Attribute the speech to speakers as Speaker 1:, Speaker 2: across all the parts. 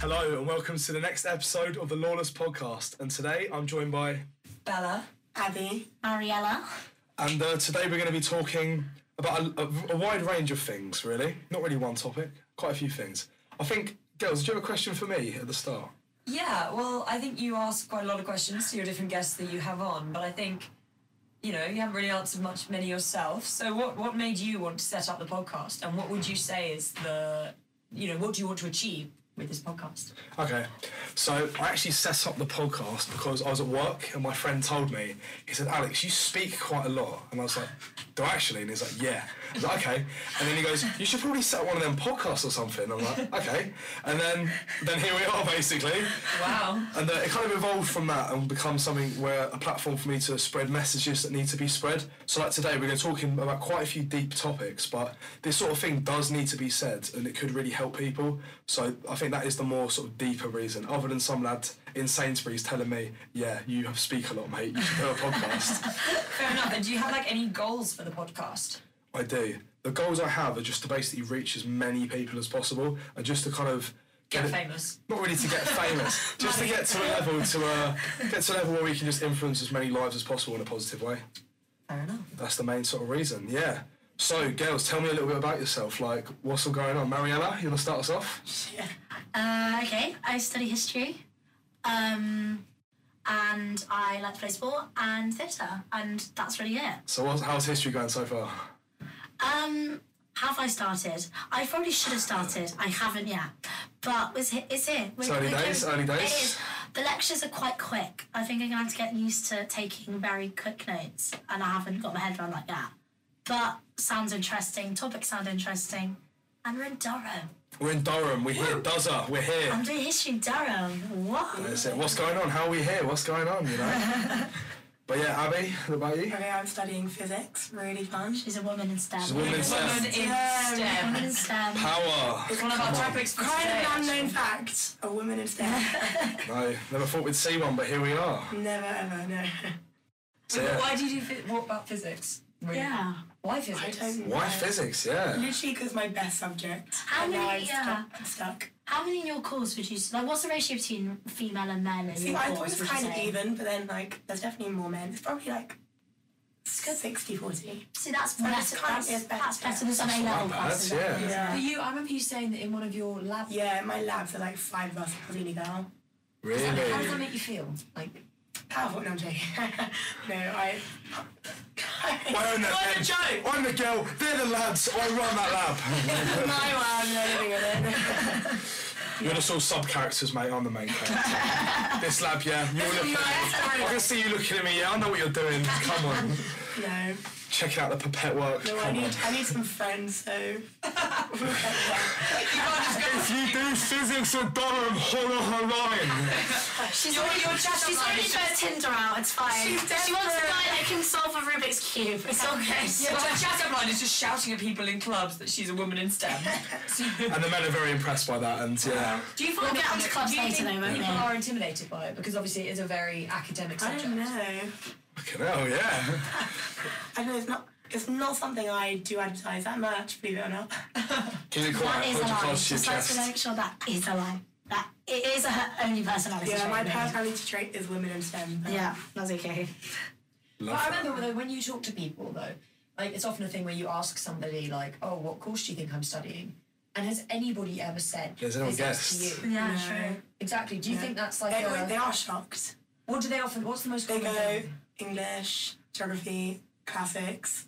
Speaker 1: Hello and welcome to the next episode of the Lawless Podcast. And today I'm joined by,
Speaker 2: Bella.
Speaker 3: Abby.
Speaker 2: Ariella.
Speaker 1: and uh, today we're going to be talking about a, a- a wide range of things, really. Not really one topic, quite a few things. I think, girls, do you have a question for me at the start?
Speaker 2: Yeah, well, I think you asked quite a lot of questions to your different guests that you have on, but I think, you know, you haven't really answered much many yourself. So what, what made you want to set up the podcast and what would you say is the, you know, what do you want to achieve with this podcast?
Speaker 1: Okay, so I actually set up the podcast because I was at work and my friend told me, he said, Alex, you speak quite a lot. And I was like, do I actually? And he's like, yeah. I was like, okay. And then he goes, you should probably set up one of them podcasts or something. I'm like, okay. And then, then here we are, basically.
Speaker 2: Wow.
Speaker 1: And uh, it kind of evolved from that and become something where a platform for me to spread messages that need to be spread. So, like today, we're going to talking about quite a few deep topics, but this sort of thing does need to be said and it could really help people. So, I think that is the more sort of deeper reason, other than some lad in Sainsbury's telling me, Yeah, you have speak a lot, mate, you should do a podcast.
Speaker 2: Fair enough. And do you have like any goals for the podcast?
Speaker 1: I do. The goals I have are just to basically reach as many people as possible and just to kind of
Speaker 2: Get
Speaker 1: it-
Speaker 2: famous.
Speaker 1: not really to get famous, just to
Speaker 2: Money.
Speaker 1: get to a level to uh, get to a level where we can just influence as many lives as possible in a positive way.
Speaker 2: Fair enough.
Speaker 1: That's the main sort of reason. Yeah. So, girls, tell me a little bit about yourself. Like, what's all going on? Mariella, you want to start us off?
Speaker 3: Uh, okay, I study history. Um, and I like to play sport and theatre, and that's really it.
Speaker 1: So, what's, how's history going so far?
Speaker 3: Um, have I started? I probably should have started. I haven't yet. But it's, he- it's here. We're-
Speaker 1: It's early
Speaker 3: we're
Speaker 1: days,
Speaker 3: going-
Speaker 1: early days.
Speaker 3: It is. The lectures are quite quick. I think I'm going to have to get used to taking very quick notes, and I haven't got my head around like that. But sounds interesting, topics sound interesting, and we're in Durham.
Speaker 1: We're in Durham. We're here. Dozer, we're here.
Speaker 3: I'm doing history in Durham. What?
Speaker 1: That's it. What's going on? How are we here? What's going on? You know. but yeah, Abby, what about you?
Speaker 4: Okay, I'm studying physics. Really fun.
Speaker 3: She's a woman in STEM.
Speaker 1: She's a woman in
Speaker 2: Women
Speaker 1: STEM.
Speaker 2: in
Speaker 4: Yeah.
Speaker 2: STEM.
Speaker 3: Woman in STEM.
Speaker 1: Power.
Speaker 2: It's one of our topics for
Speaker 4: Quite
Speaker 2: today,
Speaker 4: an
Speaker 2: actually.
Speaker 4: unknown fact. A woman in STEM.
Speaker 1: No, never thought we'd see one, but here we are.
Speaker 4: Never ever, no.
Speaker 1: So,
Speaker 2: But
Speaker 1: yeah.
Speaker 2: Why do you do phy- what about physics? Really?
Speaker 3: Yeah.
Speaker 2: Why
Speaker 4: I
Speaker 2: physics?
Speaker 4: don't
Speaker 1: Why
Speaker 4: know.
Speaker 1: physics? Yeah.
Speaker 4: Literally because my best subject.
Speaker 3: How
Speaker 4: and now
Speaker 3: many- uh,
Speaker 4: I'm
Speaker 3: yeah.
Speaker 4: stuck. I'm stuck.
Speaker 3: How many in your course would you like? What's the ratio between female and men in
Speaker 4: See,
Speaker 3: your
Speaker 4: I thought
Speaker 3: course? would
Speaker 4: it was
Speaker 3: you
Speaker 4: kind of
Speaker 3: say?
Speaker 4: even, but then like there's definitely more men. It's probably like 60 40.
Speaker 3: See, that's
Speaker 4: it's
Speaker 3: better.
Speaker 4: kind
Speaker 3: That's,
Speaker 4: of-
Speaker 3: that's
Speaker 4: it's better.
Speaker 3: better than some
Speaker 1: That's
Speaker 3: A level
Speaker 1: not bad,
Speaker 3: classes.
Speaker 1: yeah.
Speaker 3: I think.
Speaker 2: But
Speaker 4: Yeah.
Speaker 2: you, I remember you saying that in one of your lab.
Speaker 4: Yeah, in my labs are like five of us, including girl.
Speaker 2: How does
Speaker 1: Really.
Speaker 2: that make you feel? Like,
Speaker 4: Powerful, no, I'm joking. no, I.
Speaker 1: own that
Speaker 4: What a
Speaker 1: then.
Speaker 4: joke!
Speaker 1: I'm the girl. They're the lads. I run that lab.
Speaker 4: my lab, no living in it.
Speaker 1: You're just all sub characters, mate. I'm the main character. this lab, yeah. You're looking at me. I can see you looking at me. Yeah, I know what you're doing. Come on.
Speaker 4: No.
Speaker 1: Checking out the pipette work.
Speaker 4: No, I
Speaker 1: Come
Speaker 4: need
Speaker 1: on.
Speaker 4: I need some friends, so
Speaker 1: If you do physics or Durham, hold on her line.
Speaker 3: She's already, she's already got Tinder out. It's fine.
Speaker 4: She's
Speaker 3: she wants a
Speaker 4: desperate.
Speaker 3: guy that can solve a Rubik's cube. It's all good.
Speaker 2: yeah, her chat up line is just shouting at people in clubs that she's a woman in STEM. So,
Speaker 1: And the men are very impressed by that. And yeah,
Speaker 2: do you
Speaker 3: We'll
Speaker 2: find
Speaker 3: get
Speaker 2: that
Speaker 3: onto
Speaker 2: people-
Speaker 3: clubs
Speaker 2: do you
Speaker 3: later
Speaker 2: think
Speaker 3: though, won't
Speaker 2: people
Speaker 3: we?
Speaker 2: are intimidated by it because obviously it is a very academic
Speaker 4: I
Speaker 2: subject.
Speaker 4: don't know.
Speaker 1: fucking hell, yeah.
Speaker 4: I don't know it's not it's not something I do advertise that much, believe it or not.
Speaker 1: Keep it
Speaker 3: That
Speaker 1: quiet.
Speaker 3: is a
Speaker 1: Hold your
Speaker 3: lie.
Speaker 1: cards to your
Speaker 3: Just like to
Speaker 1: chest.
Speaker 3: make sure that is a lie. That it is a, her only personality.
Speaker 4: Yeah,
Speaker 3: trait,
Speaker 4: my
Speaker 3: really.
Speaker 4: personality trait is women in STEM. but-
Speaker 3: Yeah, that's okay.
Speaker 1: Love
Speaker 2: But I
Speaker 1: that.
Speaker 2: remember though, when you talk to people though, like it's often a thing where you ask somebody like, "Oh, what course do you think I'm studying?" And has anybody ever said
Speaker 1: Has anyone
Speaker 2: physics
Speaker 1: guessed?
Speaker 2: to you?
Speaker 3: Yeah,
Speaker 4: No.
Speaker 3: true.
Speaker 2: Exactly. Do you think that's like
Speaker 4: They,
Speaker 2: a,
Speaker 4: they are shocked.
Speaker 2: what do they often? What's the most
Speaker 4: They
Speaker 2: common
Speaker 4: go
Speaker 2: thing?
Speaker 4: English, geography, classics.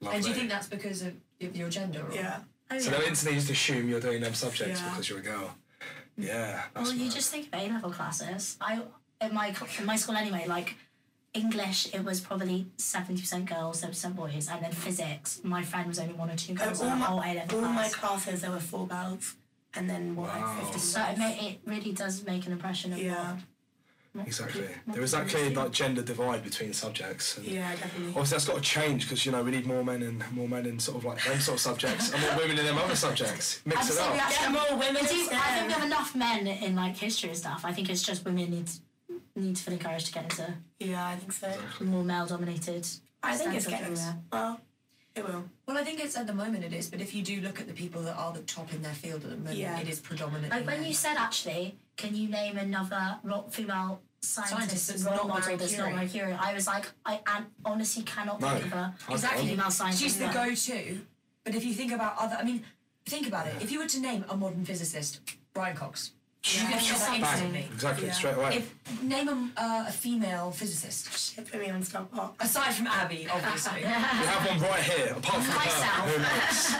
Speaker 1: Lovely.
Speaker 2: And do you think that's because of of your gender? Or?
Speaker 4: Yeah.
Speaker 3: Oh,
Speaker 1: So
Speaker 3: yeah.
Speaker 1: they'll instantly just assume you're doing them subjects
Speaker 4: Yeah.
Speaker 1: because you're a girl. Yeah. That's
Speaker 3: Well, Oh, you
Speaker 1: mad.
Speaker 3: just think of A level classes. I in my co- in my school anyway, like English, it was probably seventy percent girls, seventy percent boys, and then physics. My friend was only one or two
Speaker 4: And
Speaker 3: girls
Speaker 4: Oh, all
Speaker 3: in the
Speaker 4: my,
Speaker 3: whole A level
Speaker 4: all my
Speaker 3: class.
Speaker 4: classes there were four girls and then what
Speaker 1: Wow.
Speaker 4: like
Speaker 3: so
Speaker 4: fifteen
Speaker 3: it,
Speaker 4: girls.
Speaker 3: ma- it really does make an impression of
Speaker 4: Yeah.
Speaker 1: Exactly. There is that clear like gender divide between subjects. And
Speaker 4: Yeah, definitely.
Speaker 1: Obviously, that's got to change because you know we need more men and more men in sort of like them sort of subjects, and more women in them other subjects.
Speaker 3: I'd
Speaker 1: Mix it
Speaker 3: say we
Speaker 1: up.
Speaker 3: actually
Speaker 4: Get more women
Speaker 3: I, do,
Speaker 4: in
Speaker 3: I think
Speaker 4: STEM.
Speaker 3: we have enough men in like history and stuff. I think it's just women need need to feel encouraged to get into
Speaker 4: Yeah, I think so.
Speaker 3: more male dominated.
Speaker 4: I think it's
Speaker 3: Stands up
Speaker 4: getting
Speaker 3: everywhere.
Speaker 4: well It will.
Speaker 2: Well, I think it's at the moment it is, but if you do look at the people that are the top in their field at the moment,
Speaker 4: Yeah.
Speaker 2: it is predominantly.
Speaker 3: Like when
Speaker 2: men.
Speaker 3: you said, actually, can you name another ro- female
Speaker 2: Scientist
Speaker 3: scientist,
Speaker 2: that's
Speaker 3: role
Speaker 2: not
Speaker 3: model
Speaker 2: Marie
Speaker 3: that's not
Speaker 2: Curie.
Speaker 3: Marie Curie? I was like, I an- honestly cannot
Speaker 1: No,
Speaker 3: think of a
Speaker 1: I
Speaker 3: exactly
Speaker 1: can't.
Speaker 3: female scientist.
Speaker 2: she's the
Speaker 3: no.
Speaker 2: go-to. But if you think about other, I mean, think about it. If you were to name a modern physicist, Brian Cox, you could think of that
Speaker 3: Bang.
Speaker 2: instantly.
Speaker 1: Exactly,
Speaker 4: Yeah.
Speaker 1: straight away.
Speaker 2: If name a, uh, a female physicist
Speaker 4: It put me on stop. Oh,
Speaker 2: aside from Abby, obviously.
Speaker 1: we have one right here, apart from her, who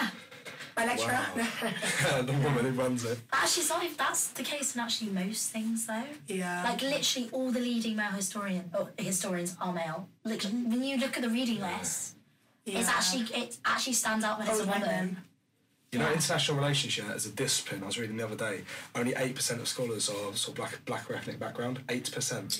Speaker 1: knows?
Speaker 4: my lecturer.
Speaker 1: the woman who runs it.
Speaker 3: But actually, sorry, that's the case in actually most things, though.
Speaker 4: Yeah.
Speaker 3: Like literally, all the leading male historian oh, historians are male. Literally, when you look at the reading list,
Speaker 4: yeah.
Speaker 3: it's actually it actually stands out when it's
Speaker 4: Oh,
Speaker 3: a woman.
Speaker 1: You know, international relations as a discipline, I was reading the other day, only 8% of scholars are sort of black, black or ethnic background. 8%.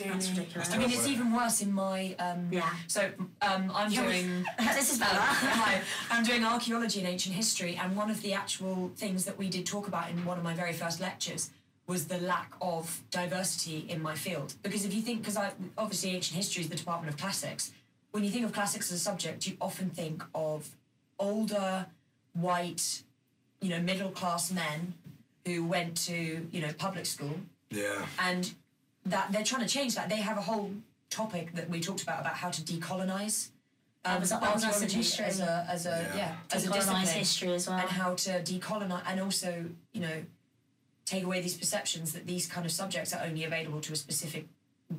Speaker 3: That's ridiculous.
Speaker 2: I mean, it's even worse in my. Um,
Speaker 3: Yeah.
Speaker 2: So um, I'm doing. um,
Speaker 3: this is better.
Speaker 2: Hi, I'm doing archaeology and ancient history, and one of the actual things that we did talk about in one of my very first lectures was the lack of diversity in my field. Because if you think, because I obviously ancient history is the department of classics. When you think of classics as a subject, you often think of older, white, you know, middle class men who went to you know public school
Speaker 1: Yeah.
Speaker 2: and that they're trying to change that. They have a whole topic that we talked about about how to decolonize. Um,
Speaker 3: was- that was us in
Speaker 2: archaeology
Speaker 3: history.
Speaker 2: as a as a yeah,
Speaker 1: Yeah.
Speaker 2: as a
Speaker 3: Decolonise
Speaker 2: discipline
Speaker 3: history as well.
Speaker 2: and how to decolonize and also you know take away these perceptions that these kind of subjects are only available to a specific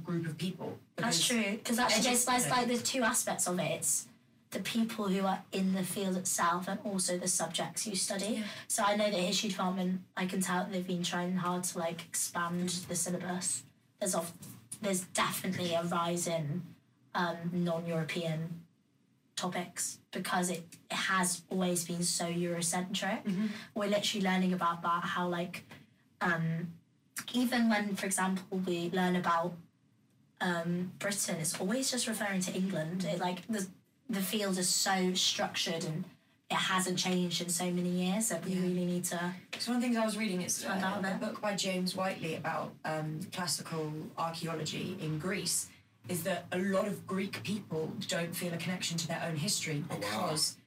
Speaker 2: group of people.
Speaker 3: That's
Speaker 2: because-
Speaker 3: true. Because actually, there's, there's
Speaker 2: education.
Speaker 3: like the two aspects of it. It's the people who are in the field itself, and also the subjects you study. So I know that history department, I can tell that they've been trying hard to like expand the syllabus. There's off, there's definitely a rise in um, non-European topics because it, it has always been so Eurocentric. We're literally learning about that how like um, even when, for example, we learn about um, Britain, it's always just referring to England. It like the the field is so structured and it hasn't changed in so many years that we really need to.
Speaker 2: So one of the things I was reading is
Speaker 3: Find out
Speaker 2: uh, a
Speaker 3: there.
Speaker 2: book by James Whiteley about um, classical archaeology in Greece. Is that a lot of Greek people don't feel a connection to their own history
Speaker 1: wow.
Speaker 2: because,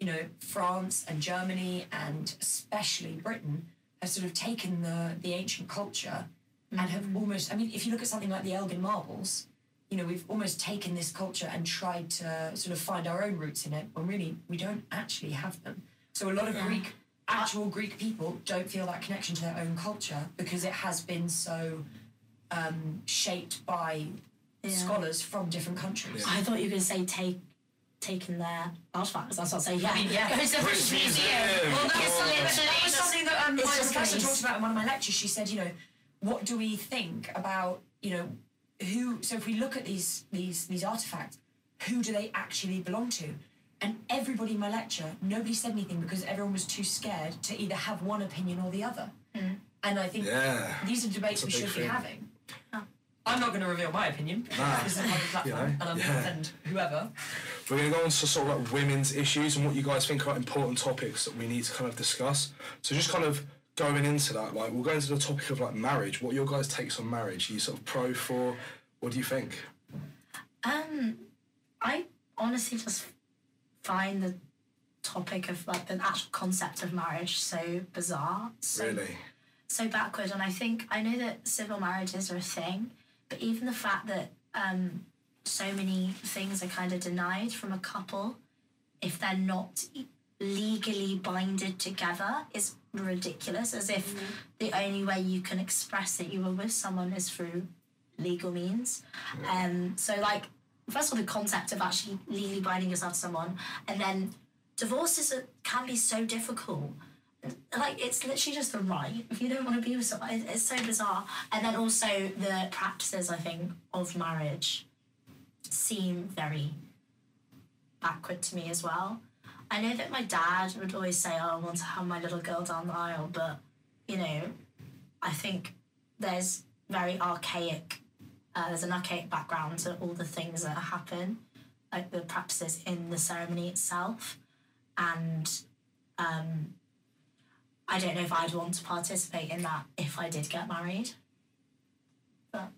Speaker 2: you know, France and Germany and especially Britain have sort of taken the the ancient culture and have almost. I mean, if you look at something like the Elgin Marbles, you know, we've almost taken this culture and tried to sort of find our own roots in it, when really we don't actually have them. So a lot of Greek, actual Greek people don't feel that connection to their own culture because it has been so um, shaped by scholars from different countries.
Speaker 3: I thought you were going to say take taken their artifacts. That's what I say. Yeah,
Speaker 2: yeah.
Speaker 3: Go to the
Speaker 1: British
Speaker 3: British Museum.
Speaker 1: Museum.
Speaker 3: Well,
Speaker 1: It's
Speaker 3: that's
Speaker 1: literally
Speaker 3: literally
Speaker 2: That was something that um, my
Speaker 3: It's just
Speaker 2: professor
Speaker 3: Greece.
Speaker 2: talked about in one of my lectures. She said, you know, what do we think about, you know, who? So if we look at these these these artifacts, who do they actually belong to? And everybody in my lecture, nobody said anything because everyone was too scared to either have one opinion or the other.
Speaker 3: Hmm.
Speaker 2: And I think
Speaker 1: Yeah.
Speaker 2: these are debates
Speaker 1: That's a
Speaker 2: we
Speaker 1: big
Speaker 2: should be
Speaker 1: thing.
Speaker 2: having. I'm not going to reveal my opinion. because This is a public platform,
Speaker 1: know,
Speaker 2: and, I'm,
Speaker 1: yeah.
Speaker 2: and whoever.
Speaker 1: We're going to go on to sort of like women's issues and what you guys think are important topics that we need to kind of discuss. So just kind of going into that, like we'll go into the topic of like marriage. What are your guys' takes on marriage? Are you sort of pro for? What do you think?
Speaker 3: Um, I honestly just find the topic of like the actual concept of marriage so bizarre. So
Speaker 1: Really?
Speaker 3: so backward and i think i know that civil marriages are a thing but even the fact that um, so many things are kind of denied from a couple if they're not e- legally binded together is ridiculous as if the only way you can express that you were with someone is through legal means um, so like first of all the concept of actually legally binding yourself to someone and then divorces are, can be so difficult like it's literally just the right if you don't want to be with someone it- it's so bizarre and then also the practices i think of marriage seem very backward to me as well i know that my dad would always say oh i want to have my little girl down the aisle but you know i think there's very archaic uh, there's an archaic background to all the things that happen like the practices in the ceremony itself and I don't know if I'd want to participate in that if I did get married. But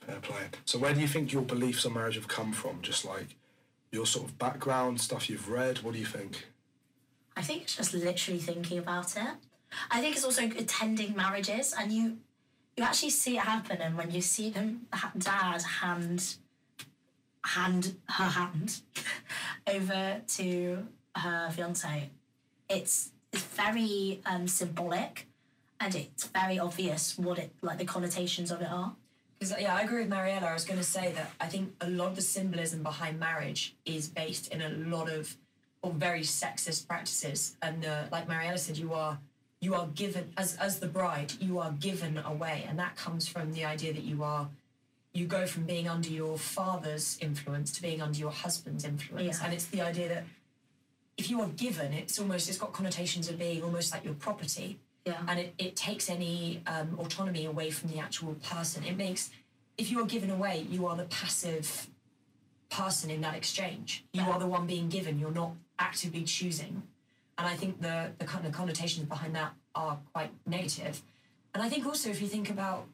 Speaker 1: Fair play. So where do you think your beliefs on marriage have come from? Just like your sort of background, stuff you've read? What do you think?
Speaker 3: I think it's just literally thinking about it. I think it's also attending marriages, and you you actually see it happen. And when you see them, ha- dad hand hand her hand over to her fiance, it's it's very um, symbolic, and it's very obvious what it like the connotations of it are.
Speaker 2: Because yeah, I agree with Mariella. I was going to say that I think a lot of the symbolism behind marriage is based in a lot of or very sexist practices, and uh, like Mariella said, you are you are given as as the bride, you are given away, and that comes from the idea that you are you go from being under your father's influence to being under your husband's influence,
Speaker 3: Yeah.
Speaker 2: and it's the idea that if you are given, it's almost it's got connotations of being almost like your property,
Speaker 3: Yeah.
Speaker 2: and it, it takes any um, autonomy away from the actual person. It makes, if you are given away, you are the passive person in that exchange. You
Speaker 3: Yeah.
Speaker 2: are the one being given, you're not actively choosing. And I think the, the kind of connotations behind that are quite negative. And I think also if you think about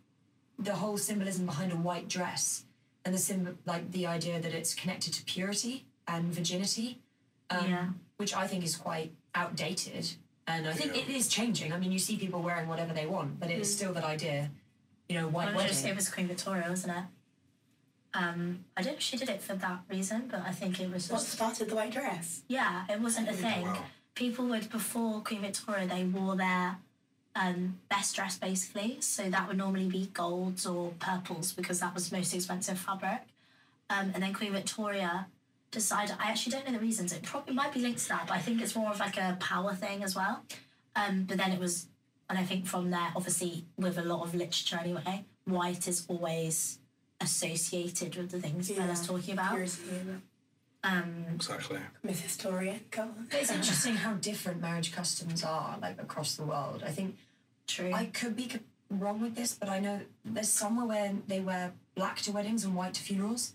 Speaker 2: the whole symbolism behind a white dress and the symbol, like the idea that it's connected to purity and virginity, um,
Speaker 3: Yeah.
Speaker 2: which I think is quite outdated. And I think
Speaker 1: Yeah. Mm.
Speaker 2: it is changing. I mean, you see people wearing whatever they want, but it's still that idea, you know, white
Speaker 3: Well, it was- it
Speaker 2: wedding.
Speaker 3: was Queen Victoria, wasn't it? Um, I don't know if she did it for that reason, but I think it was
Speaker 4: What
Speaker 3: just
Speaker 4: started the white dress?
Speaker 3: Yeah, it wasn't a thing.
Speaker 1: wow.
Speaker 3: People would before Queen Victoria, they wore their um, best dress basically. So that would normally be golds or purples because that was the most expensive fabric. Um, and then Queen Victoria decided. I actually don't know the reasons. It probably might be linked to that, but I think it's more of like a power thing as well. Um, but then it was, and I think from there, obviously with a lot of literature anyway, white is always associated with the things that I was
Speaker 4: Yeah.
Speaker 3: talking about.
Speaker 4: Here's you,
Speaker 3: Um,
Speaker 1: Exactly.
Speaker 4: Miss Historian. Go on.
Speaker 2: But it's interesting how different marriage customs are, like across the world. I think
Speaker 3: true.
Speaker 2: I could be co- wrong with this, but I know there's somewhere where they wear black to weddings and white to funerals.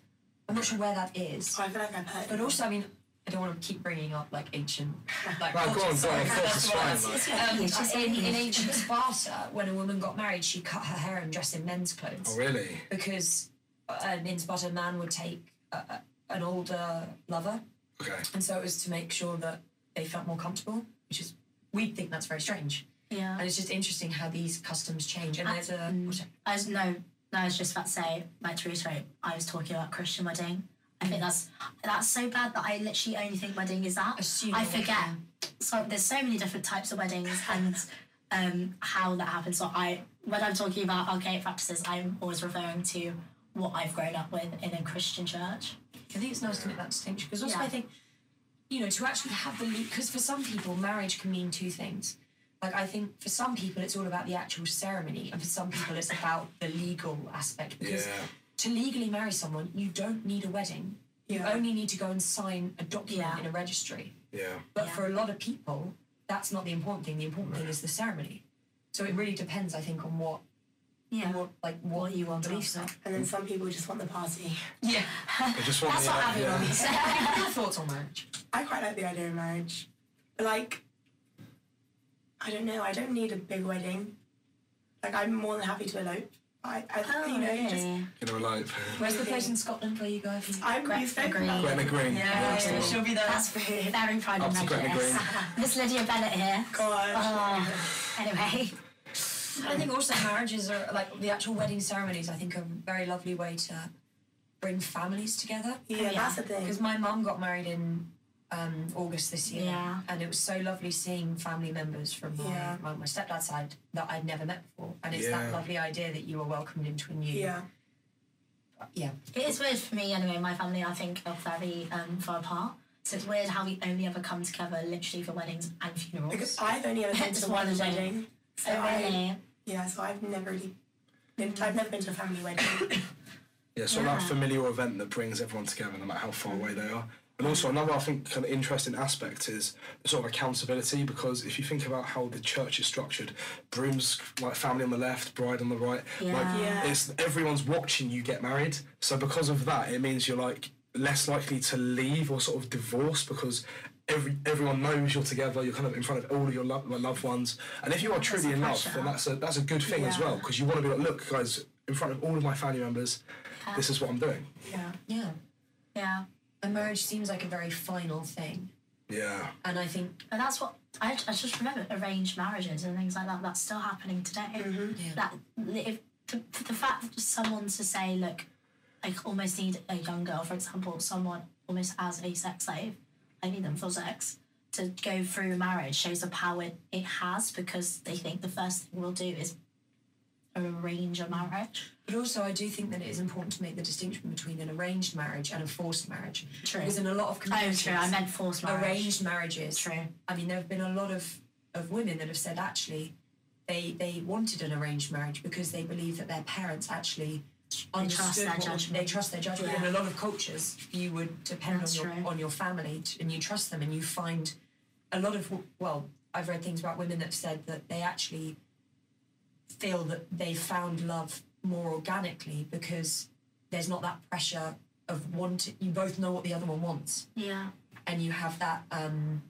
Speaker 2: I'm not sure where that is.
Speaker 4: Oh, I feel like I've heard.
Speaker 2: But also, I mean, I don't want to keep bringing up like ancient. Like,
Speaker 1: No, go on, go on,
Speaker 2: cultures.
Speaker 1: of course, it's fine,
Speaker 2: That's what I was-
Speaker 3: like.
Speaker 2: um,
Speaker 3: Yeah, just
Speaker 2: in, in
Speaker 3: English.
Speaker 2: ancient Sparta, when a woman got married, she cut her hair and dressed in men's clothes
Speaker 1: Oh, really?
Speaker 2: because um, in Sparta, a man would take a, a, an older lover,
Speaker 1: Okay.
Speaker 2: and so it was to make sure that they felt more comfortable, which is we'd think that's very strange,
Speaker 3: yeah.
Speaker 2: and it's just interesting how these customs change. And there's a
Speaker 3: mm. I was no, no, I was just about to say, like to reiterate, I was talking about Christian wedding. I think that's that's so bad that I literally only think wedding is that.
Speaker 2: Assume
Speaker 3: I
Speaker 2: wedding.
Speaker 3: forget. So there's so many different types of weddings and um, how that happens. So I when I'm talking about archaic practices, I'm always referring to what I've grown up with in a Christian church.
Speaker 2: I think it's nice to make that distinction because also
Speaker 3: Yeah.
Speaker 2: I think, you know, to actually have the because for some people marriage can mean two things. Like I think for some people it's all about the actual ceremony, and for some people it's about the legal aspect because
Speaker 1: Yeah.
Speaker 2: to legally marry someone you don't need a wedding. You
Speaker 4: Yeah.
Speaker 2: only need to go and sign a document
Speaker 3: Yeah.
Speaker 2: in a registry.
Speaker 1: Yeah.
Speaker 2: But
Speaker 3: Yeah.
Speaker 2: for a lot of people, that's not the important thing. The important thing is the ceremony. So it really depends, I think, on what, what like what,
Speaker 3: What you
Speaker 2: your
Speaker 3: want
Speaker 2: beliefs are.
Speaker 3: after.
Speaker 4: And then some people just want the party.
Speaker 2: Yeah.
Speaker 1: I just want
Speaker 3: That's
Speaker 1: yeah,
Speaker 3: what
Speaker 1: yeah.
Speaker 3: everyone
Speaker 2: so, what are your thoughts on marriage?
Speaker 4: I quite like the idea of marriage. But like, I don't know. I don't need a big wedding. Like, I'm more than happy to elope. I, I
Speaker 3: Oh,
Speaker 4: you know,
Speaker 3: really?
Speaker 4: just
Speaker 1: You know, like.
Speaker 2: Where's the place in Scotland where you go? If you...
Speaker 4: I'm
Speaker 3: Gre-
Speaker 4: we've spoken
Speaker 3: agree.
Speaker 4: about
Speaker 1: Glenna Green. that's the
Speaker 2: yeah,
Speaker 1: one.
Speaker 2: she'll be there.
Speaker 3: That's very proud
Speaker 1: Up
Speaker 3: of
Speaker 1: to
Speaker 3: my
Speaker 1: Gretna Green.
Speaker 3: Miss Lydia Bennett here.
Speaker 4: God.
Speaker 3: Oh, anyway.
Speaker 2: I think also marriages are like the actual wedding ceremonies. I think are a very lovely way to bring families together.
Speaker 4: yeah,
Speaker 3: yeah.
Speaker 4: that's the thing.
Speaker 2: Because my mum got married in um, August this year,
Speaker 3: Yeah.
Speaker 2: and it was so lovely seeing family members from my,
Speaker 4: Yeah.
Speaker 2: my, my stepdad's side that I'd never met before, and it's
Speaker 1: Yeah.
Speaker 2: that lovely idea that you are welcomed into a new
Speaker 4: Yeah.
Speaker 2: yeah.
Speaker 3: It is weird for me anyway. My family, I think, are very um, far apart. So it's weird how we only ever come together literally for weddings and funerals.
Speaker 4: Because I've only ever been
Speaker 3: Just
Speaker 4: to
Speaker 3: one
Speaker 4: one
Speaker 3: wedding.
Speaker 4: wedding. So
Speaker 3: So
Speaker 4: I,
Speaker 3: really,
Speaker 4: yeah, so I've never really been, I've never been to a family wedding.
Speaker 1: Yeah, so that
Speaker 3: Yeah.
Speaker 1: familiar event that brings everyone together, no matter how far away they are. And also another, I think, kind of interesting aspect is the sort of accountability because if you think about how the church is structured, brooms like family on the left, bride on the right,
Speaker 3: Yeah.
Speaker 1: like
Speaker 4: Yeah.
Speaker 1: it's everyone's watching you get married. So because of that, it means you're like less likely to leave or sort of divorce because every everyone knows you're together. You're kind of in front of all of your lo- your loved ones, and if you are truly in love,
Speaker 3: pressure.
Speaker 1: then that's a that's a good thing as
Speaker 4: Yeah.
Speaker 1: well because you want to be like, look, guys, in front of all of my family members, this is what I'm doing.
Speaker 4: yeah.
Speaker 2: Yeah.
Speaker 3: yeah.
Speaker 2: a marriage seems like a very final thing,
Speaker 1: Yeah.
Speaker 2: and I think
Speaker 3: But that's what I, I just remember arranged marriages and things like that. That's still happening today.
Speaker 2: Yeah.
Speaker 3: That if the, the fact that someone to say, look, I almost need a young girl, for example, someone almost as a sex slave, I need them for sex to go through marriage shows the power it has because they think the first thing we'll do is arrange a marriage.
Speaker 2: But also, I do think that it is important to make the distinction between an arranged marriage and a forced marriage.
Speaker 3: True.
Speaker 2: Because in a lot of
Speaker 3: Oh,
Speaker 2: communities,
Speaker 3: true. I meant forced marriage.
Speaker 2: arranged marriages.
Speaker 3: True.
Speaker 2: I mean, there have been a lot of, of women that have said actually they they wanted an arranged marriage because they believe that their parents actually
Speaker 3: trust
Speaker 2: understood
Speaker 3: their
Speaker 2: what was-
Speaker 3: judgment.
Speaker 2: They trust their judgment.
Speaker 3: Yeah.
Speaker 2: In a lot of cultures, you would depend
Speaker 3: That's
Speaker 2: on your
Speaker 3: true.
Speaker 2: on your family t- and you trust them, and you find a lot of w- well, I've read things about women that have said that they actually feel that they found love more organically because there's not that pressure of wanting. You both know what the other one wants
Speaker 3: Yeah.
Speaker 2: and you have that um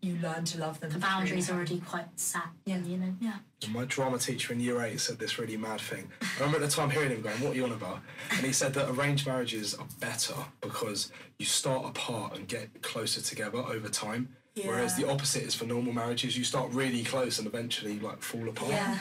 Speaker 2: you learn to love them
Speaker 3: The boundaries are already quite set.
Speaker 2: Yeah.
Speaker 3: You know? Yeah.
Speaker 1: My drama teacher in year eight said this really mad thing. I remember at the time hearing him going, What are you on about? And he said that arranged marriages are better because you start apart and get closer together over time. Whereas
Speaker 4: Yeah.
Speaker 1: the opposite is for normal marriages, you start really close and eventually like fall apart.
Speaker 2: yeah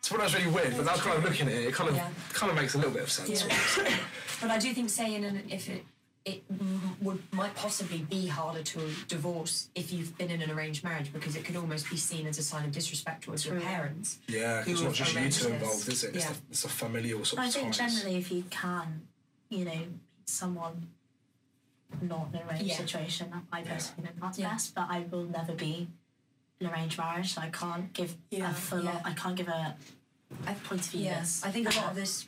Speaker 1: So when I was really weird, but now kind of looking at it, it kind of
Speaker 2: Yeah.
Speaker 1: kind of makes a little bit of sense.
Speaker 2: Yeah. but i do think saying in an, if it it m- would might possibly be harder to divorce if you've been in an arranged marriage because it could almost be seen as a sign of disrespect towards your
Speaker 3: True.
Speaker 2: parents
Speaker 1: Yeah, 'cause it's
Speaker 2: Who
Speaker 1: not just you two
Speaker 2: arranges.
Speaker 1: involved, is it? It's,
Speaker 2: Yeah.
Speaker 1: the, it's a familial sort
Speaker 3: I
Speaker 1: of
Speaker 3: think
Speaker 1: ties.
Speaker 3: generally, if you can, you know, someone not in an arranged
Speaker 2: Yeah.
Speaker 3: situation, I personally think that's
Speaker 2: Yeah.
Speaker 3: best. But I will never be in an arranged marriage, so I can't give
Speaker 4: Yeah.
Speaker 3: a full.
Speaker 2: Yeah.
Speaker 3: I can't give a
Speaker 2: I-
Speaker 3: point of view.
Speaker 2: yes i think a lot of this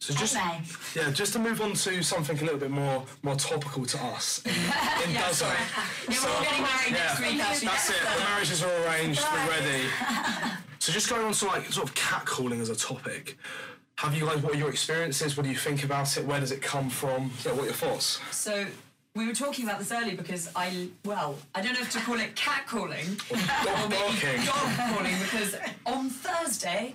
Speaker 1: So just
Speaker 3: Anyway,
Speaker 1: yeah, just to move on to something a little bit more more topical to us. In, in yeah,
Speaker 2: we're all getting married next
Speaker 1: yeah,
Speaker 2: week actually
Speaker 1: That's it. The marriages are arranged. We're ready. So just going on to like sort of catcalling as a topic. Have you guys? What are your experiences? What do you think about it? Where does it come from? Yeah, what are your thoughts?
Speaker 2: so we were talking about this earlier because I, well, I don't know if to call it catcalling
Speaker 1: Dog barking.
Speaker 2: dog calling because on Thursday,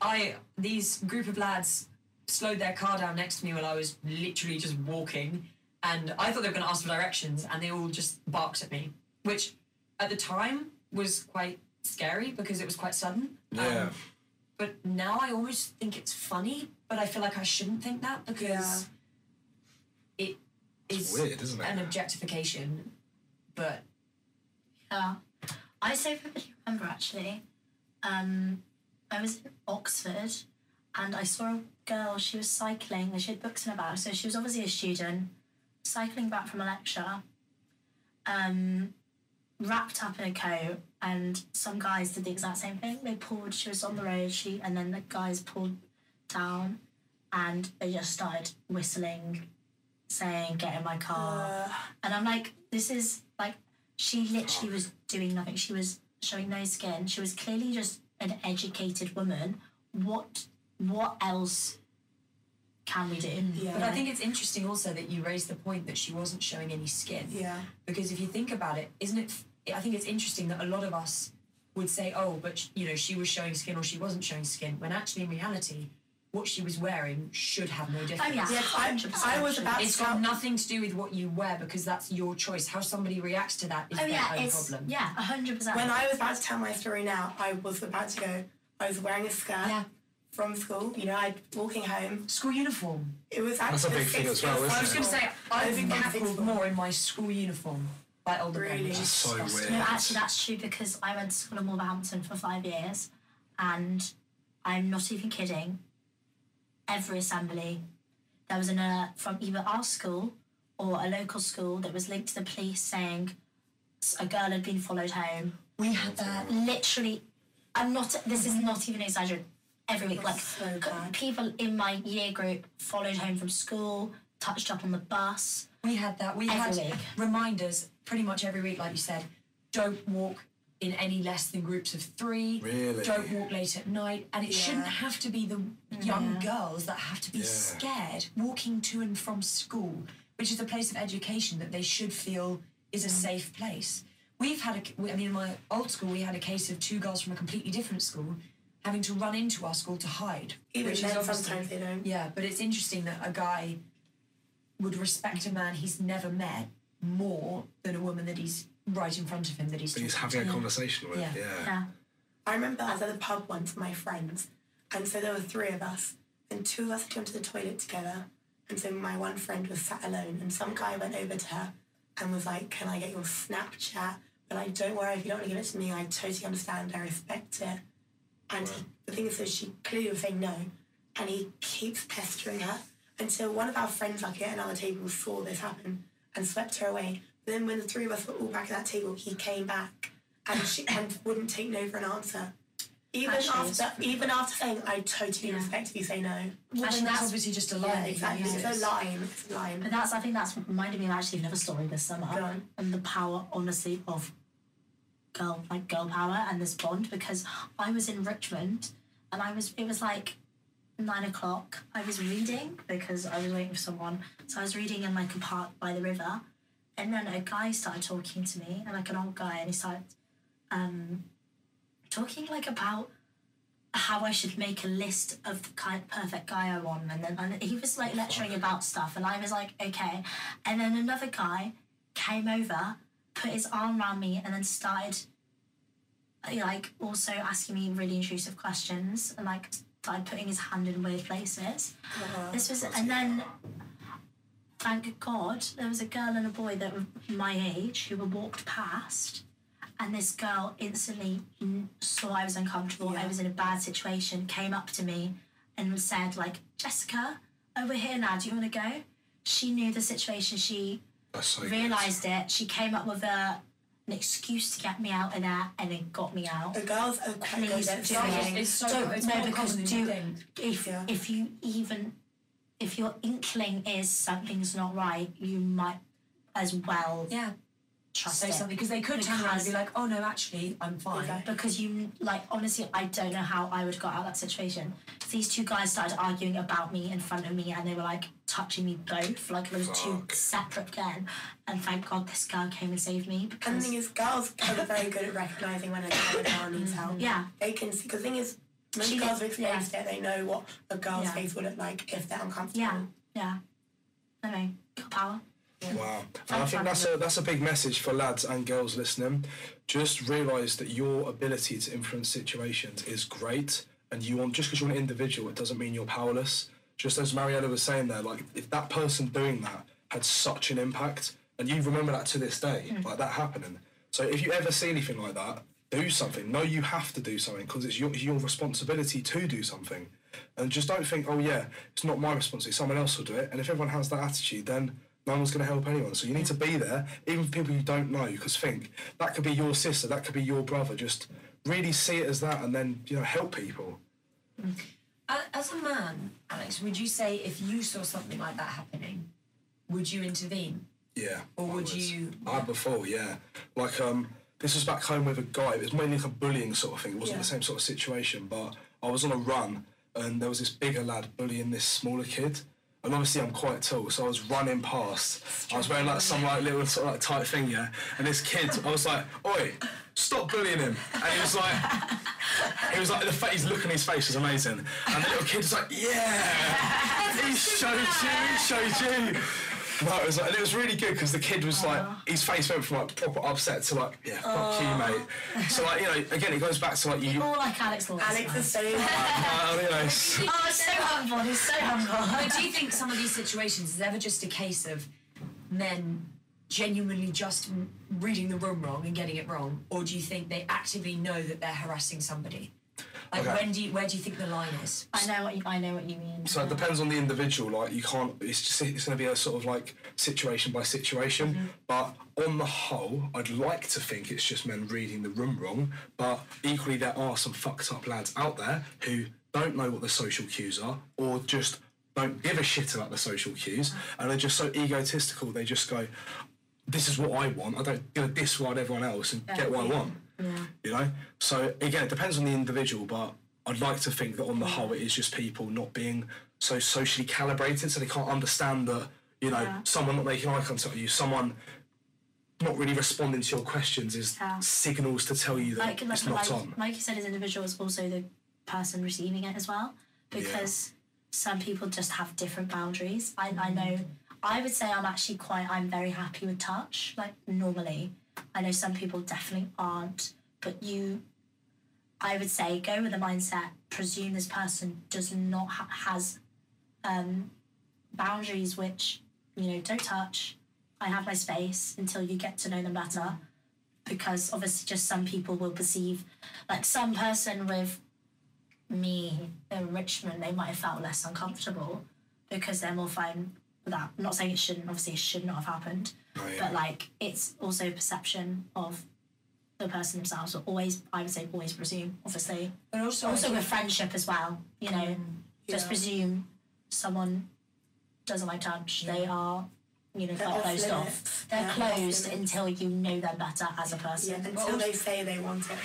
Speaker 2: I these group of lads slowed their car down next to me while I was literally just walking, and I thought they were going to ask for directions, and they all just barked at me, which at the time was quite scary because it was quite sudden. Um,
Speaker 1: Yeah.
Speaker 2: but now I almost think it's funny, but I feel like I shouldn't think that because it is
Speaker 1: weird, isn't it?
Speaker 2: an objectification. But
Speaker 3: yeah. uh, I so vividly remember actually. Um, I was in Oxford, and I saw a girl. She was cycling. and She had books in her bag, so she was obviously a student cycling back from a lecture. um, wrapped up in a coat, and some guys did the exact same thing. They pulled. She was on the road. She and then the guys pulled down, and they just started whistling, saying, "Get in my car." and I'm like, "This is like." She literally was doing nothing. She was showing no skin. She was clearly just an educated woman. What? What else? Can we do?
Speaker 4: Yeah.
Speaker 2: but I think it's interesting also that you raised the point that she wasn't showing any skin.
Speaker 4: Yeah.
Speaker 2: because if you think about it isn't it i think it's interesting that a lot of us would say oh but sh- you know she was showing skin or she wasn't showing skin when actually in reality what she was wearing should have no difference
Speaker 3: Oh yeah,
Speaker 4: Yeah, I-
Speaker 3: 100%.
Speaker 4: I was about
Speaker 2: it's got nothing to do with what you wear because that's your choice how somebody reacts to that is
Speaker 3: Oh
Speaker 2: their
Speaker 3: yeah,
Speaker 2: own
Speaker 3: it's
Speaker 2: problem
Speaker 3: yeah, hundred percent.
Speaker 4: When I was about to tell my story now, I was about to go. I was wearing a skirt
Speaker 2: Yeah.
Speaker 4: from school. You know, I'd walking home.
Speaker 2: school uniform
Speaker 4: It was
Speaker 1: That's a
Speaker 4: actually
Speaker 1: big thing as well,
Speaker 4: I
Speaker 2: i
Speaker 1: isn't
Speaker 2: was
Speaker 1: it?
Speaker 2: going to say
Speaker 4: I
Speaker 2: i've been
Speaker 4: think that's
Speaker 2: heckled
Speaker 4: awful.
Speaker 2: more in my school uniform by older
Speaker 4: Really?
Speaker 2: men
Speaker 1: That's so weird.
Speaker 3: no, actually that's true because I went to school in Wolverhampton for five years, and I'm not even kidding. Every assembly, there was an alert from either our school or a local school that was linked to the police saying s- a girl had been followed home.
Speaker 2: we had that
Speaker 3: literally i'm not this is not even an exaggeration every week like
Speaker 4: That's so bad.
Speaker 3: people in my year group followed home from school touched up on the bus
Speaker 2: We had that. We
Speaker 3: Every
Speaker 2: had
Speaker 3: week.
Speaker 2: reminders pretty much every week, like you said. Don't walk in any less than groups of three.
Speaker 1: Really?
Speaker 2: Don't walk late at night. And it shouldn't have to be the young girls that have to be
Speaker 1: Yeah.
Speaker 2: scared walking to and from school, which is a place of education that they should feel is a safe place. We've had, a c- we- I mean, in my old school, we had a case of two girls from a completely different school having to run into our school to hide.
Speaker 4: Even
Speaker 2: which
Speaker 4: then,
Speaker 2: is obviously-
Speaker 4: sometimes they don't.
Speaker 2: yeah, but it's interesting that a guy would respect a man he's never met more than a woman that he's right in front of him that he's
Speaker 1: He's
Speaker 2: talking
Speaker 1: having a
Speaker 2: to.
Speaker 1: conversation with.
Speaker 2: Yeah.
Speaker 3: Yeah.
Speaker 4: I remember I was at the pub once with my friends, and so there were three of us, and two of us had gone to the toilet together, and so my one friend was sat alone, and some guy went over to her and was like, "Can I get your Snapchat?" But like, don't worry if you don't want to give it to me. I totally understand. I respect it. And he, the thing is, that she clearly was saying no, and he keeps pestering her until one of our friends, like at another table, saw this happen and swept her away. then when the three of us were all back at that table, he came back and she and wouldn't take no for an answer. Even
Speaker 3: That shows-
Speaker 4: after, even after saying, I totally respect if you say no.
Speaker 2: Well, then
Speaker 3: Actually,
Speaker 2: that's
Speaker 3: that's-
Speaker 2: obviously just a lie.
Speaker 4: Yeah,
Speaker 2: that he
Speaker 4: exactly.
Speaker 2: uses.
Speaker 4: It's a line. It's a
Speaker 3: But
Speaker 4: line.
Speaker 3: that's, I think that's reminded me of actually another story this summer
Speaker 4: Go on.
Speaker 3: and the power, honestly, of girl, like girl power and this bond because I was in Richmond and I was, it was like nine o'clock. I was reading because I was waiting for someone. So I was reading in like a park by the river and then a guy started talking to me and like an old guy and he started um, talking like about how I should make a list of the kind perfect guy I want, and then and he was like lecturing about stuff, and I was like, okay. And then another guy came over, put his arm around me, and then started uh, like also asking me really intrusive questions, and like started putting his hand in weird places. This was, and then thank God there was a girl and a boy that were my age who were walked past, and this girl instantly n- saw I was uncomfortable. I was in a bad situation. Came up to me and said like, "Jessica, over here now. Do you want to go?" She knew the situation. She
Speaker 1: That's so good.
Speaker 3: realised it. She came up with a an excuse to get me out of there, and then got me out.
Speaker 4: The girls are quite
Speaker 3: Please
Speaker 4: good at
Speaker 3: do it.
Speaker 2: It's,
Speaker 4: saying,
Speaker 2: it's so
Speaker 3: Don't-
Speaker 2: it's
Speaker 3: no,
Speaker 2: more
Speaker 3: because
Speaker 2: common than
Speaker 3: do-
Speaker 2: you think.
Speaker 3: if
Speaker 4: Yeah.
Speaker 3: if you even if your inkling is something's not right, you might as well
Speaker 2: Yeah,
Speaker 3: trust
Speaker 2: say
Speaker 3: it.
Speaker 2: something because they could turn around and be
Speaker 3: Because-
Speaker 2: like, "Oh no, actually, I'm fine."
Speaker 4: Exactly.
Speaker 3: Because you like honestly, I don't know how I would have got out of that situation. These two guys started arguing about me in front of me, and they were like touching me both, like those two
Speaker 1: Fuck.
Speaker 3: separate men. And thank God this girl came and saved me because
Speaker 4: And the thing is, girls are very good at recognising when a girl, a girl needs help.
Speaker 3: yeah,
Speaker 4: They can see, because the thing is, most
Speaker 3: She-
Speaker 4: girls have experienced it, they know what a girl's
Speaker 3: Yeah.
Speaker 4: face would look like if they're uncomfortable.
Speaker 3: yeah, yeah. Anyway, got power.
Speaker 1: Wow. And I think that's a that's a big message for lads and girls listening. Just realise that your ability to influence situations is great, and you want just because you're an individual, it doesn't mean you're powerless. Just as Mariella was saying there, like if that person doing that had such an impact, and you remember that to this day, like that happening. So if you ever see anything like that, do something. No, you have to do something because it's your, it's your responsibility to do something. And just don't think, oh yeah, it's not my responsibility, someone else will do it. And if everyone has that attitude, then no one's going to help anyone. So you need to be there, even for people you don't know, because think that could be your sister, that could be your brother. Just really see it as that and then, you know, help people.
Speaker 2: A- As a man, Alex, would you say if you saw something like that happening, would you intervene?
Speaker 1: Yeah.
Speaker 2: Or would
Speaker 1: onwards.
Speaker 2: you-
Speaker 1: I had before, yeah. Like, um, this was back home with a guy. It was mainly like a bullying sort of thing. It wasn't the
Speaker 4: Yeah.
Speaker 1: same sort of situation, but I was on a run and there was this bigger lad bullying this smaller kid. And obviously, I'm quite tall, so I was running past. I was wearing like some like little sort of like tight thing, yeah. And this kid, I was like, "Oi, stop bullying him!" And he was like, He was like the face, look on his face was amazing, and the little kid was like, "Yeah, he showed you, he showed you." No, it was like, and it was really good because the kid was like, his face went from like proper upset to like, "Yeah, fuck you, mate." So like, you know, again, it goes back to like you,
Speaker 3: All like Alex Lawson.
Speaker 4: Alex is so
Speaker 1: uh, you know, s-
Speaker 3: Oh, he's so humble. He's so humble.
Speaker 2: But do you think some of these situations is ever just a case of men genuinely just m- reading the room wrong and getting it wrong, or do you think they actively know that they're harassing somebody? Like
Speaker 1: Okay.
Speaker 2: when do you, where do you think the line is?
Speaker 3: I know what you. I know what you mean.
Speaker 1: So it depends on the individual. Like you can't. It's just it's going to be a sort of like situation by situation. But on the whole, I'd like to think it's just men reading the room wrong. But equally, there are some fucked up lads out there who don't know what the social cues are, or just don't give a shit about the social cues, and they're just so egotistical. They just go, "This is what I want. I don't gonna disregard everyone else and get what I want." You know. So again, it depends on the individual, but I'd like to think that on the
Speaker 4: Mm.
Speaker 1: whole, it is just people not being so socially calibrated, so they can't understand that you know someone not making eye contact with you, someone not really responding to your questions is
Speaker 3: Yeah.
Speaker 1: signals to tell you that
Speaker 3: like like,
Speaker 1: it's not
Speaker 3: like,
Speaker 1: on.
Speaker 3: like you said, as individuals, also the person receiving it as well, because some people just have different boundaries. I, I know. I I would say I'm actually quite, I'm very happy with touch, like normally. I know some people definitely aren't, but you, I would say go with the mindset, presume this person does not, ha- has um, boundaries which, you know, don't touch. I have my space until you get to know them better. Because obviously, just some people will perceive, like some person with me in Richmond, they might have felt less uncomfortable because they're more fine with that. I'm not saying it shouldn't, obviously, it should not have happened,
Speaker 1: Oh, yeah.
Speaker 3: but like it's also perception of the person themselves. So always, I would say, always presume, obviously.
Speaker 2: But also, I
Speaker 3: Also
Speaker 2: think-
Speaker 3: with friendship as well, you know, just
Speaker 4: Mm. Yeah.
Speaker 3: presume someone doesn't like touch. They are, you know,
Speaker 4: They're
Speaker 3: quite
Speaker 4: off
Speaker 3: closed
Speaker 4: limits.
Speaker 3: off. They're
Speaker 4: Yeah, off
Speaker 3: closed
Speaker 4: limits.
Speaker 3: until you know them better as a
Speaker 4: Yeah,
Speaker 3: person.
Speaker 4: until they say they want it.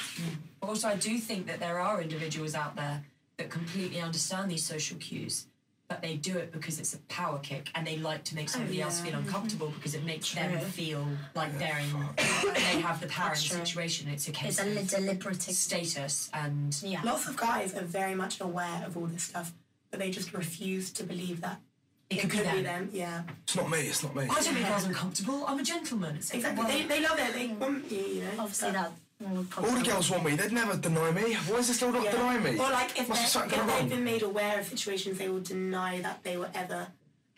Speaker 2: But also, I do think that there are individuals out there that completely understand these social cues, but they do it because it's a power kick and they like to make somebody else
Speaker 4: yeah.
Speaker 2: feel uncomfortable because it makes them
Speaker 3: Oh, True.
Speaker 2: feel like they're in,
Speaker 1: fuck.
Speaker 2: they have the power in the
Speaker 3: That's true.
Speaker 2: situation. It's a case
Speaker 3: It's a
Speaker 2: of
Speaker 3: deliberate.
Speaker 2: status and
Speaker 3: Yeah.
Speaker 4: Lots of guys are very much aware of all this stuff, but they just refuse to believe that
Speaker 2: it could be
Speaker 4: be
Speaker 2: them.
Speaker 4: them. Yeah,
Speaker 1: It's not me. It's not me.
Speaker 2: I don't make girls uncomfortable. I'm a gentleman. It's like,
Speaker 4: exactly.
Speaker 2: well,
Speaker 4: They, they love it.
Speaker 3: Mm.
Speaker 4: They want you, you know.
Speaker 3: Obviously,
Speaker 4: but-
Speaker 3: that would probably.
Speaker 1: All the girls want me. They'd never deny me. Why is this girl not
Speaker 4: Yeah.
Speaker 1: denying me?
Speaker 4: Or like if,
Speaker 1: Must have
Speaker 4: they're-
Speaker 1: something
Speaker 4: if
Speaker 1: gone
Speaker 4: they've
Speaker 1: wrong.
Speaker 4: been made aware of situations, they will deny that they were ever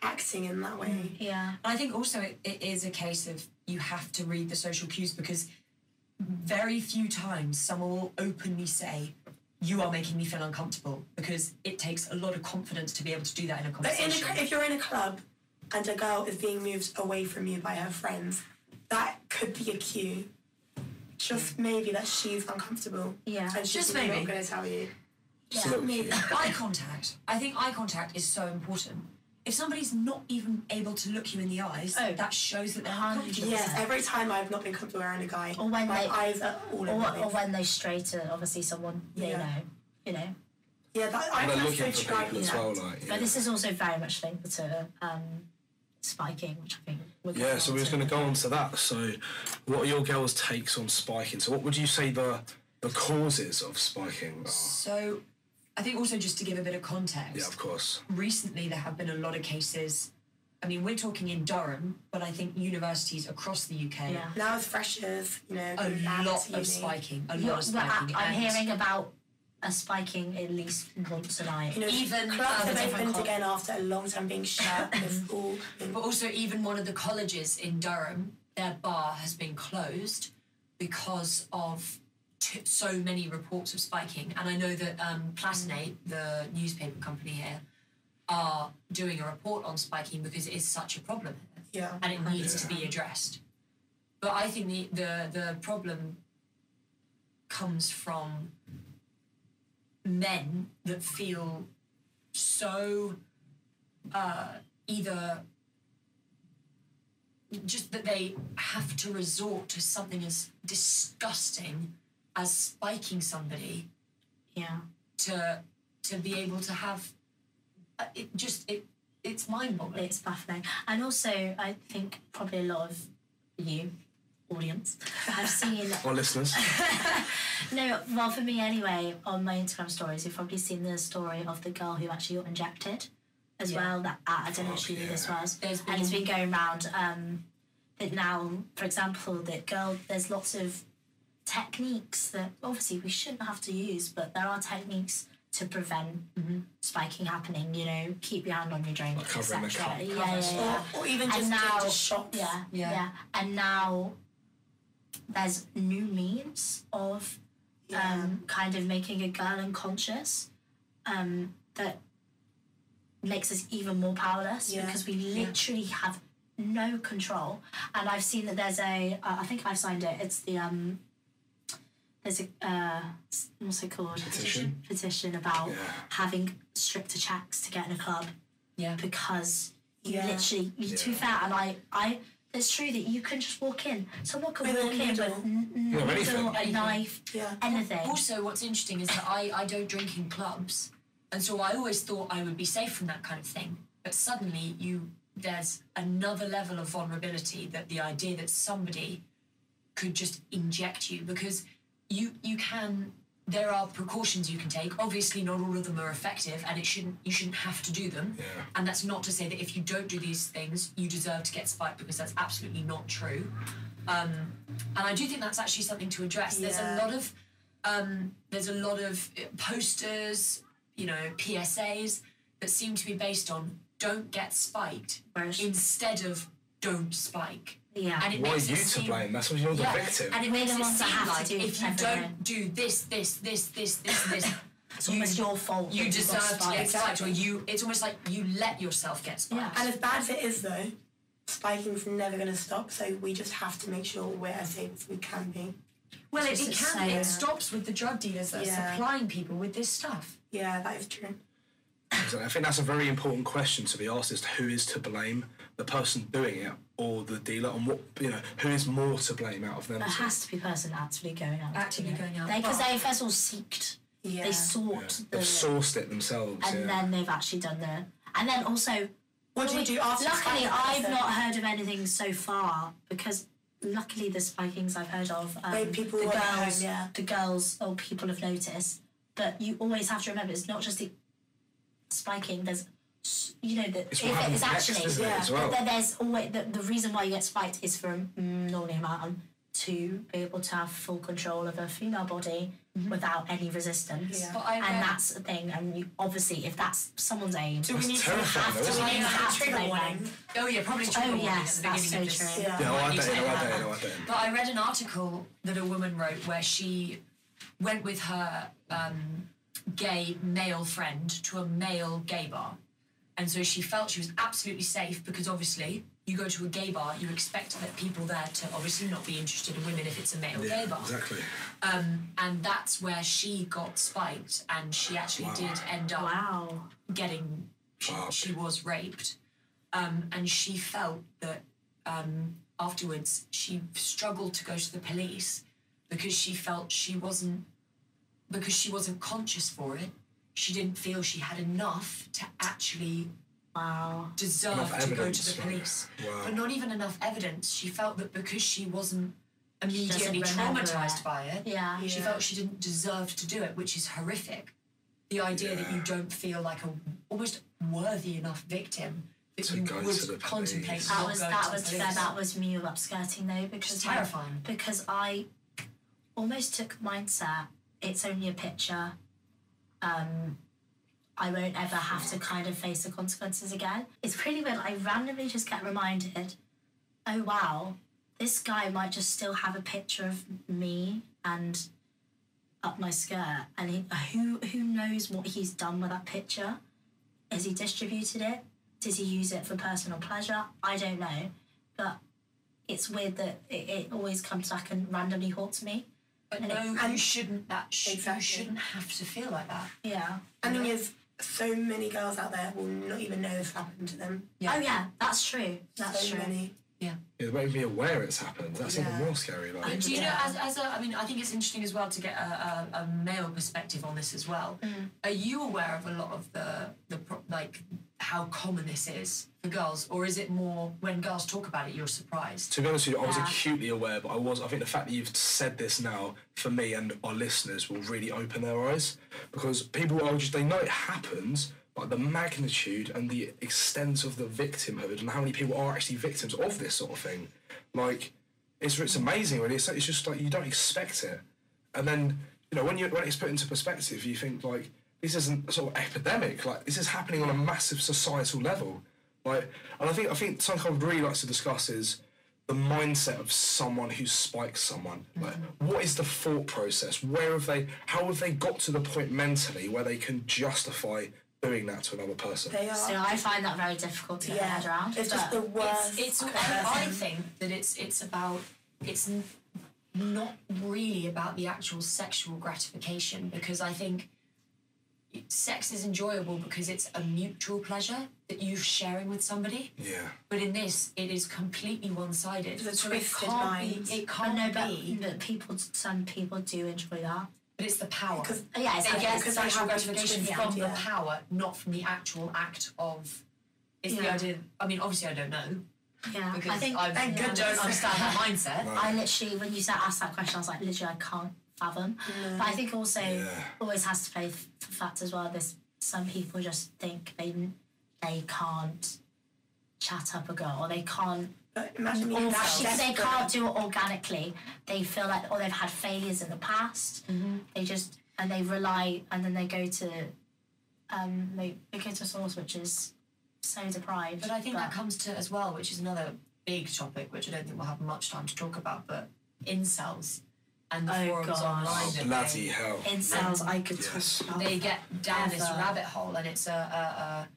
Speaker 4: acting in that way.
Speaker 3: Yeah.
Speaker 2: And I think also it, it is a case of you have to read the social cues because very few times someone will openly say, You are making me feel uncomfortable because it takes a lot of confidence to be able to do that in a
Speaker 4: But in a,
Speaker 2: conversation.
Speaker 4: cl- if you're in a club and a girl is being moved away from you by her friends, that could be a cue. Just maybe that she's uncomfortable.
Speaker 3: Yeah.
Speaker 4: And she's
Speaker 2: Just
Speaker 4: not
Speaker 2: maybe.
Speaker 4: going to tell you.
Speaker 1: It's a little
Speaker 4: maybe.
Speaker 1: cute.
Speaker 2: eye contact. I think eye contact is so important. If somebody's not even able to look you in the eyes,
Speaker 3: Oh.
Speaker 2: that shows that they're
Speaker 3: Hundred
Speaker 2: uncomfortable.
Speaker 4: Yes, every time I've not been comfortable around a guy,
Speaker 3: Or when
Speaker 4: my
Speaker 3: they-
Speaker 4: eyes are all
Speaker 3: Or,
Speaker 4: over the
Speaker 3: or
Speaker 4: place.
Speaker 3: when they stray to obviously someone they
Speaker 4: Yeah.
Speaker 3: know, you know.
Speaker 4: Yeah, that, I
Speaker 1: And they're
Speaker 4: think
Speaker 1: looking
Speaker 4: that's so
Speaker 1: for people
Speaker 4: striking.
Speaker 1: as well. Like, yeah.
Speaker 3: But this is also very much linked to um, spiking, which I think we're going
Speaker 1: Yeah, so we
Speaker 3: on
Speaker 1: was going to go on to that. So, what are your girls' takes on spiking? So, what would you say the the causes of spiking are?
Speaker 2: So I think also just to give a bit of context,
Speaker 1: Yeah, of course.
Speaker 2: recently there have been a lot of cases. I mean, we're talking in Durham, but I think universities across the UK,
Speaker 3: Yeah.
Speaker 4: Now as freshers, you know,
Speaker 2: a
Speaker 4: going back
Speaker 2: lot
Speaker 4: to
Speaker 2: of
Speaker 4: uni.
Speaker 2: spiking, a
Speaker 3: Yeah,
Speaker 2: lot of
Speaker 3: but
Speaker 2: spiking.
Speaker 3: I, I'm
Speaker 2: and-
Speaker 3: hearing about a spiking at least once a night.
Speaker 4: You know,
Speaker 2: Even
Speaker 4: clubs
Speaker 2: other
Speaker 4: have
Speaker 2: different
Speaker 4: opened
Speaker 2: col-
Speaker 4: again after a long time being shut. It's all been
Speaker 2: But also, even one of the colleges in Durham, their bar has been closed because of t- so many reports of spiking. And I know that um, Plasnate, the newspaper company here, are doing a report on spiking because it is such a problem here.
Speaker 4: yeah.
Speaker 2: and it needs to be addressed. But I think the, the the problem comes from men that feel so uh, either just that they have to resort to something as disgusting as spiking somebody
Speaker 3: Yeah.
Speaker 2: to to be able to have uh, it just it it's mind-boggling
Speaker 3: It's baffling. And also, I think probably a lot of you, audience, have seen.
Speaker 1: Our listeners.
Speaker 3: no, well, for me anyway, on my Instagram stories, you've probably seen the story of the girl who actually got injected as
Speaker 2: Yeah.
Speaker 3: well. That I don't know if
Speaker 1: Fuck,
Speaker 3: she knew this
Speaker 1: yeah.
Speaker 3: was.
Speaker 2: There's
Speaker 3: and it's
Speaker 2: been-
Speaker 3: been going round. um, that now, for example, that girl, there's lots of techniques that obviously we shouldn't have to use, but there are techniques to prevent spiking happening. You know, keep your hand on your drink,
Speaker 1: Mm-hmm. Like covering the
Speaker 3: etc.
Speaker 1: cup.
Speaker 3: Yeah,
Speaker 2: Cover
Speaker 3: yeah,
Speaker 2: stuff.
Speaker 3: yeah.
Speaker 4: Or, or even just,
Speaker 3: and now,
Speaker 4: just shots.
Speaker 3: Yeah,
Speaker 2: Yeah.
Speaker 3: yeah, And now there's new means of
Speaker 4: Yeah.
Speaker 3: um, kind of making a girl unconscious um, that makes us even more powerless
Speaker 4: Yeah.
Speaker 3: because we literally have no control. And I've seen that there's a, uh, I think I've signed it. It's the um, there's a uh, s- what's it called
Speaker 1: Petition.
Speaker 3: petition about
Speaker 1: Yeah.
Speaker 3: having stricter checks to get in a club
Speaker 2: yeah
Speaker 3: because you
Speaker 4: Yeah.
Speaker 3: literally you too
Speaker 1: Yeah.
Speaker 3: fat and I I it's true that you can just walk in. Someone can
Speaker 4: With a
Speaker 3: walk in with
Speaker 4: needle.
Speaker 3: n- n-
Speaker 1: Yeah, anything.
Speaker 3: needle, a
Speaker 2: Anything.
Speaker 3: knife,
Speaker 4: Yeah.
Speaker 3: anything.
Speaker 2: Also, what's interesting is that I, I don't drink in clubs, and so I always thought I would be safe from that kind of thing. But suddenly, you there's another level of vulnerability that the idea that somebody could just inject you because you you can there are precautions you can take. Obviously, not all of them are effective, and it shouldn't you shouldn't have to do them.
Speaker 1: Yeah.
Speaker 2: And that's not to say that if you don't do these things, you deserve to get spiked because that's absolutely not true. Um, and I do think that's actually something to address. There's a
Speaker 4: Yeah.
Speaker 2: lot of um, there's a lot of uh, posters, you know, PSAs that seem to be based on don't get spiked
Speaker 3: Whereas-
Speaker 2: instead of don't spike.
Speaker 3: Yeah.
Speaker 2: And it
Speaker 1: Why are
Speaker 2: makes
Speaker 1: you
Speaker 2: it
Speaker 1: to
Speaker 2: seem
Speaker 1: blame? That's what you're
Speaker 2: yeah,
Speaker 1: the victim.
Speaker 3: and it
Speaker 2: makes it
Speaker 3: made them want to
Speaker 2: seem
Speaker 3: have
Speaker 2: like
Speaker 3: to do
Speaker 2: if you
Speaker 3: everything.
Speaker 2: don't do this, this, this, this, this, this,
Speaker 3: It's almost your fault.
Speaker 2: you
Speaker 3: that got
Speaker 2: deserve to get
Speaker 3: spiked.
Speaker 2: spiked, or you. It's almost like you let yourself get spiked.
Speaker 4: And as bad as it is, though, spiking's never going to stop. So we just have to make sure we're as safe as we can be.
Speaker 2: Well, it,
Speaker 3: Just
Speaker 2: it
Speaker 3: to
Speaker 2: can.
Speaker 3: say
Speaker 2: It
Speaker 3: it.
Speaker 2: stops with the drug dealers that are
Speaker 4: Yeah.
Speaker 2: supplying people with this stuff.
Speaker 4: Yeah, that is true.
Speaker 1: So I think that's a very important question to be asked: is to who is to blame, the person doing it or the dealer, and what you know, who is more to blame out of them?
Speaker 3: There has to be a person actively going out.
Speaker 2: Actively
Speaker 3: doing it.
Speaker 2: going out.
Speaker 3: They because
Speaker 2: But-
Speaker 3: they first all seeked.
Speaker 4: Yeah.
Speaker 3: They sought
Speaker 1: They've
Speaker 3: the
Speaker 1: sourced it themselves.
Speaker 3: and
Speaker 1: yeah.
Speaker 3: then they've actually done the and then also
Speaker 4: What do you do after
Speaker 3: luckily
Speaker 4: spiking
Speaker 3: i've
Speaker 4: person?
Speaker 3: not heard of anything so far because luckily the spikings i've heard of um,
Speaker 4: Wait, people
Speaker 3: the
Speaker 4: were at home,
Speaker 3: girls
Speaker 4: yeah.
Speaker 3: the girls or people have noticed but you always have to remember it's not just the spiking there's s- you know that
Speaker 1: It's
Speaker 3: if
Speaker 1: what happens
Speaker 3: it's
Speaker 1: next,
Speaker 3: actually
Speaker 1: isn't it,
Speaker 4: yeah,
Speaker 1: as well?
Speaker 3: that there's always the, the reason why you get spiked is for a normally amount to be able to have full control of a female body without any resistance
Speaker 4: Mm-hmm. Yeah.
Speaker 2: But I read-
Speaker 3: and that's the thing and you obviously if that's someone's aim
Speaker 4: Do we need to
Speaker 1: terrifying,
Speaker 4: have
Speaker 1: though,
Speaker 4: to
Speaker 1: isn't
Speaker 4: like
Speaker 2: it?
Speaker 4: have
Speaker 3: Yeah.
Speaker 4: trigger warning?
Speaker 2: Oh yeah, probably. trigger
Speaker 3: Oh,
Speaker 2: warning
Speaker 3: yes,
Speaker 2: at the
Speaker 3: that's
Speaker 2: beginning
Speaker 3: so
Speaker 2: of this.
Speaker 3: true.
Speaker 4: Yeah.
Speaker 1: yeah, oh, I
Speaker 2: need
Speaker 1: don't,
Speaker 2: to
Speaker 1: know, I
Speaker 2: know
Speaker 1: don't, know, I don't. know.
Speaker 2: But I read an article that a woman wrote where she went with her um, gay male friend to a male gay bar. And so she felt she was absolutely safe because obviously you go to a gay bar, you expect that people there to obviously not be interested in women if it's a male
Speaker 1: Yeah,
Speaker 2: gay bar.
Speaker 1: exactly.
Speaker 2: Um, and that's where she got spiked and she actually
Speaker 1: Wow.
Speaker 2: did end up
Speaker 3: wow
Speaker 2: getting she,
Speaker 1: Wow.
Speaker 2: she was raped um, and she felt that um, afterwards she struggled to go to the police because she felt she wasn't because she wasn't conscious for it she didn't feel she had enough to actually
Speaker 3: Wow.
Speaker 2: deserve
Speaker 1: Enough
Speaker 2: to go
Speaker 1: evidence,
Speaker 2: to the
Speaker 1: right.
Speaker 2: police
Speaker 1: Wow.
Speaker 2: but not even enough evidence she felt that because she wasn't immediately
Speaker 3: doesn't remember
Speaker 2: traumatized
Speaker 3: it.
Speaker 2: by it
Speaker 3: Yeah.
Speaker 2: she
Speaker 4: Yeah.
Speaker 2: felt she didn't deserve to do it, which is horrific. The idea that you
Speaker 1: Yeah.
Speaker 2: don't feel like a almost worthy enough victim that
Speaker 1: To
Speaker 2: you
Speaker 1: go
Speaker 2: would
Speaker 1: to the
Speaker 2: contemplate.
Speaker 1: police.
Speaker 3: That
Speaker 2: not
Speaker 3: was
Speaker 2: going
Speaker 3: that
Speaker 2: to the
Speaker 3: was
Speaker 2: police.
Speaker 3: that was me upskirting though because
Speaker 2: It's
Speaker 3: my-
Speaker 2: terrifying.
Speaker 3: because I almost took the mindset. It's only a picture. Um, I won't ever have to kind of face the consequences again. It's pretty weird. I randomly just get reminded, oh wow, this guy might just still have a picture of me and up my skirt, and he, who who knows what he's done with that picture? Has he distributed it? Does he use it for personal pleasure? I don't know, but it's weird that it, it always comes back and randomly haunts me.
Speaker 2: But
Speaker 3: and it-
Speaker 2: no, you
Speaker 4: and-
Speaker 2: shouldn't. That sh-
Speaker 4: Exactly.
Speaker 2: you shouldn't have to feel like that.
Speaker 3: Yeah.
Speaker 4: And the thing is, so many girls out there will not even know this happened to them.
Speaker 3: Oh yeah, that's true. That's
Speaker 4: so
Speaker 3: true.
Speaker 4: many.
Speaker 1: Yeah, they won't be aware it's happened. That's even
Speaker 4: Yeah.
Speaker 1: more scary. Like,
Speaker 2: Do you know,
Speaker 3: Yeah.
Speaker 2: as, as a, I mean, I think it's interesting as well to get a, a, a male perspective on this as well. Are you aware of a lot of the, the pro- like, how common this is for girls? Or is it more when girls talk about it, you're surprised?
Speaker 1: to be honest with you, I was
Speaker 3: Yeah.
Speaker 1: acutely aware, but I was. I think the fact that you've said this now for me and our listeners will really open their eyes because people are just they know it happens, but the magnitude and the extent of the victimhood and how many people are actually victims of this sort of thing, like it's it's amazing really. It's, it's just like you don't expect it, and then you know when you when it's put into perspective, you think like this isn't a sort of epidemic. Like this is happening on a massive societal level. Like, and I think I think something I would really like to discuss is the mindset of someone who spikes someone. Like,
Speaker 2: Mm-hmm.
Speaker 1: what is the thought process? Where have they? How have they got to the point mentally where they can justify doing that to another person?
Speaker 4: They are.
Speaker 3: So I find that very difficult to get my
Speaker 4: yeah.
Speaker 3: head around.
Speaker 4: It's just
Speaker 3: but-
Speaker 4: the worst.
Speaker 2: it's, it's I, I
Speaker 4: person.
Speaker 2: think that it's it's about it's n- not really about the actual sexual gratification because I think sex is enjoyable because it's a mutual pleasure that you're sharing with somebody.
Speaker 1: yeah.
Speaker 2: But in this, it is completely one-sided.
Speaker 4: It's a
Speaker 2: so it
Speaker 4: twisted
Speaker 2: can't
Speaker 4: mind.
Speaker 2: be. It
Speaker 3: I know,
Speaker 2: can't be.
Speaker 3: but, but people, some people do enjoy that.
Speaker 2: But it's the power.
Speaker 4: Because
Speaker 3: Yeah, it's
Speaker 2: They
Speaker 3: like,
Speaker 2: get
Speaker 4: because they
Speaker 2: sexual
Speaker 4: have this
Speaker 2: gratification
Speaker 4: twisted
Speaker 2: from the
Speaker 4: idea.
Speaker 2: power, not from the actual act of. It's the
Speaker 3: Yeah.
Speaker 2: idea. I mean, obviously, I don't know
Speaker 3: yeah.
Speaker 2: because
Speaker 3: I think
Speaker 2: I
Speaker 4: thank
Speaker 2: don't
Speaker 4: goodness.
Speaker 2: understand that mindset.
Speaker 3: I literally, when you said asked that question, I was like, literally, I can't fathom. But I think also
Speaker 1: Yeah.
Speaker 3: always has to play f- for fact as well. There's some people just think they they can't chat up a girl or they can't
Speaker 4: But imagine being
Speaker 3: or
Speaker 4: that
Speaker 3: she- they
Speaker 4: desperate.
Speaker 3: can't do it organically. They feel like or they've had failures in the past.
Speaker 2: Mm-hmm.
Speaker 3: They just and they rely and then they go to um they, they go to a source which is so deprived.
Speaker 2: But I think that comes to as well, which is another big topic, which I don't think we'll have much time to talk about, but incels and the
Speaker 3: Oh,
Speaker 2: forums
Speaker 3: God.
Speaker 2: online.
Speaker 1: Oh,
Speaker 2: that
Speaker 1: bloody
Speaker 2: they-
Speaker 1: hell.
Speaker 3: incels I could
Speaker 1: Yes.
Speaker 3: talk about.
Speaker 2: they get down this
Speaker 3: Ever.
Speaker 2: rabbit hole, and it's a, a, a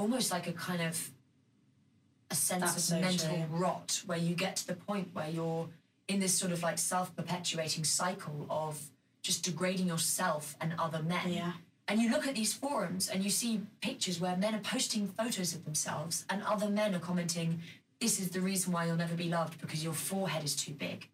Speaker 2: almost like a kind of a sense
Speaker 3: That's
Speaker 2: of
Speaker 3: so
Speaker 2: mental
Speaker 3: true.
Speaker 2: rot where you get to the point where you're in this sort of like self-perpetuating cycle of just degrading yourself and other men.
Speaker 3: Yeah.
Speaker 2: And you look at these forums and you see pictures where men are posting photos of themselves and other men are commenting, "This is the reason why you'll never be loved because your forehead is too big."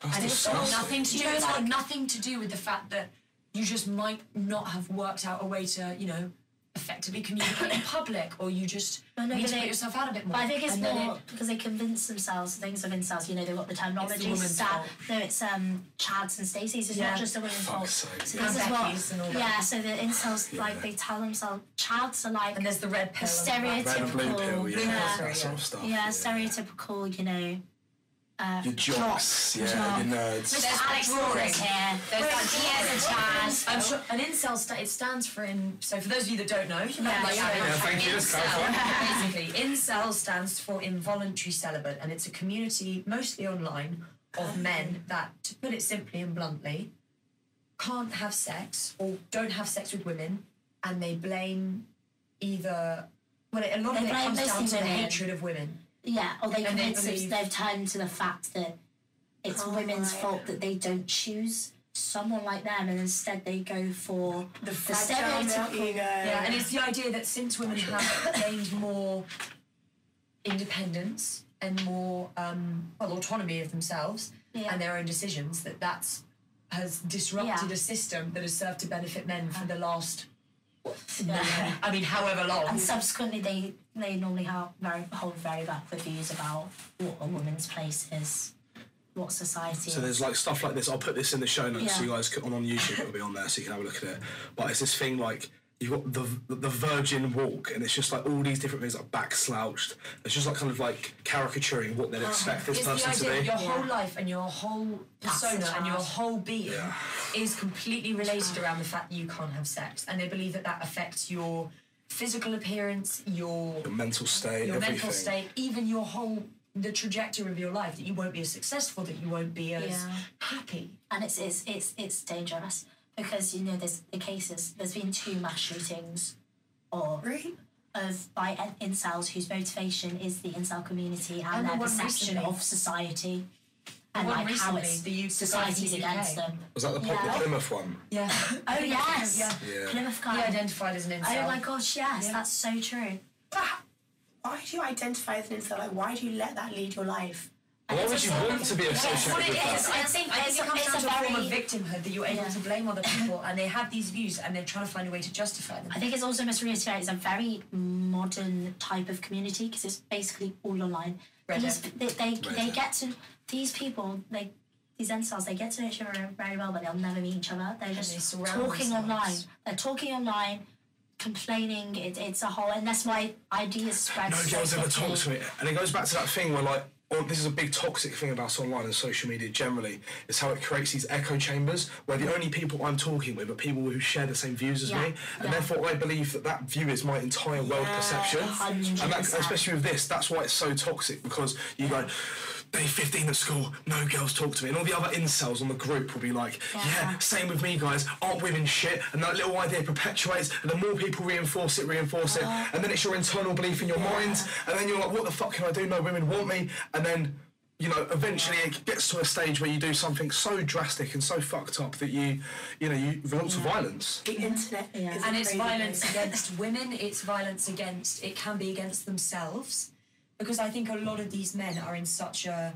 Speaker 1: That's
Speaker 2: And it's got
Speaker 1: disgusting.
Speaker 2: nothing to do.
Speaker 3: You know,
Speaker 2: it's got
Speaker 3: like-
Speaker 2: nothing to do with the fact that you just might not have worked out a way to, you know, effectively communicate in public, or you just
Speaker 3: But no,
Speaker 2: need
Speaker 3: but
Speaker 2: to
Speaker 3: they-
Speaker 2: put yourself out a bit more.
Speaker 3: But I think it's
Speaker 2: And then
Speaker 3: more
Speaker 2: it-
Speaker 3: because they convince themselves things of incels. You know, they've got the terminology.
Speaker 2: woman's
Speaker 3: Sa-
Speaker 2: fault.
Speaker 3: no, it's um Chad's and Stacey's. It's
Speaker 2: Yeah.
Speaker 3: not just the women's fault.
Speaker 1: Fuck's
Speaker 3: So
Speaker 1: sake.
Speaker 3: this
Speaker 2: And
Speaker 3: is
Speaker 2: Becky's
Speaker 3: what.
Speaker 2: and all that.
Speaker 3: yeah, so the incels
Speaker 1: Yeah.
Speaker 3: like they tell themselves Chads are like
Speaker 2: and there's the red pill. and the
Speaker 1: Red and blue pill,
Speaker 3: stereotypical.
Speaker 1: yeah,
Speaker 2: Yeah.
Speaker 1: that sort of stuff.
Speaker 3: yeah, stereotypical. You know,
Speaker 1: Your jocks, yeah, your nerds.
Speaker 2: There's
Speaker 3: Alex
Speaker 2: that drawing.
Speaker 3: Rora's here.
Speaker 2: There's
Speaker 3: Where's-
Speaker 2: that
Speaker 3: here's a Chad.
Speaker 2: I'm sure an incel sta- it stands for in. So for those of you that don't know, you know,
Speaker 3: Yeah,
Speaker 2: like,
Speaker 3: sure.
Speaker 1: Yeah, thank you, that's
Speaker 2: incel, basically, incel stands for involuntary celibate, and it's a community mostly online of men that, to put it simply and bluntly, can't have sex or don't have sex with women, and they blame either. Well, a lot of
Speaker 3: They
Speaker 2: it
Speaker 3: blame
Speaker 2: comes down
Speaker 3: mostly
Speaker 2: to the
Speaker 3: women.
Speaker 2: hatred of women.
Speaker 3: Yeah, or
Speaker 2: And
Speaker 3: they
Speaker 2: they
Speaker 3: convince
Speaker 2: believe-
Speaker 3: them they've turned to the fact that it's
Speaker 4: Oh,
Speaker 3: women's
Speaker 4: right.
Speaker 3: fault that they don't choose someone like them, and instead they go for the,
Speaker 4: Fragile male
Speaker 3: stereotypical.
Speaker 4: ego.
Speaker 2: Yeah, and it's the idea that since women have gained more independence and more um, well autonomy of themselves
Speaker 3: Yeah.
Speaker 2: and their own decisions, that that's has disrupted
Speaker 3: Yeah. Uh.
Speaker 2: a system that has served to benefit men for the last.
Speaker 3: Yeah.
Speaker 2: I mean, however long.
Speaker 3: And subsequently, they they normally have very, hold very backward views about what a woman's place is, what society.
Speaker 1: So
Speaker 3: is.
Speaker 1: there's like stuff like this. I'll put this in the show notes so
Speaker 3: Yeah.
Speaker 1: you guys can, on on YouTube. It'll be on there so you can have a look at it. But it's this thing like you've got the the Virgin Walk, and it's just like all these different things like back slouched. It's just like kind of like caricaturing what they'd expect this
Speaker 2: It's Uh, the
Speaker 1: person
Speaker 2: idea
Speaker 1: to
Speaker 2: that
Speaker 1: be.
Speaker 2: your whole
Speaker 3: Yeah.
Speaker 2: life and your whole
Speaker 3: That's
Speaker 2: persona
Speaker 3: a
Speaker 2: and your
Speaker 3: child.
Speaker 2: whole being is completely related around the fact that you can't have sex, and they believe that that affects your physical appearance, your
Speaker 1: Your mental state,
Speaker 2: your
Speaker 1: everything.
Speaker 2: mental state, even your whole the trajectory of your life that you won't be as successful, that you won't be as
Speaker 3: Yeah.
Speaker 2: happy.
Speaker 3: and it's it's it's it's dangerous because you know there's the cases. There's been two mass shootings, or
Speaker 4: Really?
Speaker 3: of by in- incels whose motivation is the incel community
Speaker 2: And
Speaker 3: and,
Speaker 2: the
Speaker 3: their
Speaker 2: one
Speaker 3: perception
Speaker 2: recently.
Speaker 3: of society and
Speaker 2: one
Speaker 3: like how
Speaker 2: recently,
Speaker 3: it's
Speaker 2: the youth
Speaker 3: society's
Speaker 2: society in the UK.
Speaker 3: against them.
Speaker 1: Was that the, pop-
Speaker 3: Yeah.
Speaker 1: the Plymouth one?
Speaker 2: Yeah.
Speaker 3: Oh yes,
Speaker 2: Yeah.
Speaker 1: Yeah.
Speaker 3: Plymouth
Speaker 2: He
Speaker 3: guy.
Speaker 2: identified as an incel.
Speaker 3: oh my gosh, yes,
Speaker 2: Yeah.
Speaker 3: that's so true.
Speaker 4: Ah! Why do you identify as an incel? Like, why do you let that lead your life?
Speaker 1: Why would
Speaker 3: it's
Speaker 1: you
Speaker 3: a-
Speaker 1: want to be
Speaker 2: That's
Speaker 1: associated
Speaker 2: what it
Speaker 1: with that?
Speaker 2: is. I
Speaker 3: It's-
Speaker 2: think, I
Speaker 3: it's
Speaker 2: think it
Speaker 3: a-
Speaker 2: comes
Speaker 3: it's
Speaker 2: down
Speaker 3: a
Speaker 2: to a form of
Speaker 3: very-
Speaker 2: victimhood that you're able
Speaker 3: Yeah.
Speaker 2: to blame other people and they have these views and they're trying to find a way to justify them.
Speaker 3: I think it's also must reiterate it's a very modern type of community because it's basically all online.
Speaker 2: Reddit.
Speaker 3: These, they they, they
Speaker 1: Reddit.
Speaker 3: get to these people they these incels they get to know each other very well but they'll never meet each other. They're
Speaker 2: they
Speaker 3: just
Speaker 2: surround
Speaker 3: talking
Speaker 2: themselves.
Speaker 3: online. They're talking online, complaining. It, it's a whole and that's why ideas spread.
Speaker 1: no
Speaker 3: so
Speaker 1: girls ever
Speaker 3: quickly.
Speaker 1: talk to it. And it goes back to that thing where like, oh, this is a big toxic thing about online and social media generally, is how it creates these echo chambers where the only people I'm talking with are people who share the same views as
Speaker 3: Yeah,
Speaker 1: me, and
Speaker 3: yeah.
Speaker 1: therefore I believe that that view is my entire world perception. And that,
Speaker 3: 100%.
Speaker 1: especially with this, that's why it's so toxic because you go. Day 15 at school, no girls talk to me. And all the other incels on the group will be like, yeah,
Speaker 3: Yeah.
Speaker 1: same with me, guys. Aren't women shit? And that little idea perpetuates, and the more people reinforce it, reinforce it, and then it's your internal belief in your mind, and then you're like, what the fuck can I do? No women want me, and then. You know, eventually it gets to a stage where you do something so drastic and so fucked up that you, you know, you resort to violence.
Speaker 4: The internet
Speaker 3: Yeah.
Speaker 4: is a
Speaker 2: and it's
Speaker 4: crazy
Speaker 2: violence
Speaker 4: place.
Speaker 2: against women it's violence against it can be against themselves because i think a lot of these men are in such a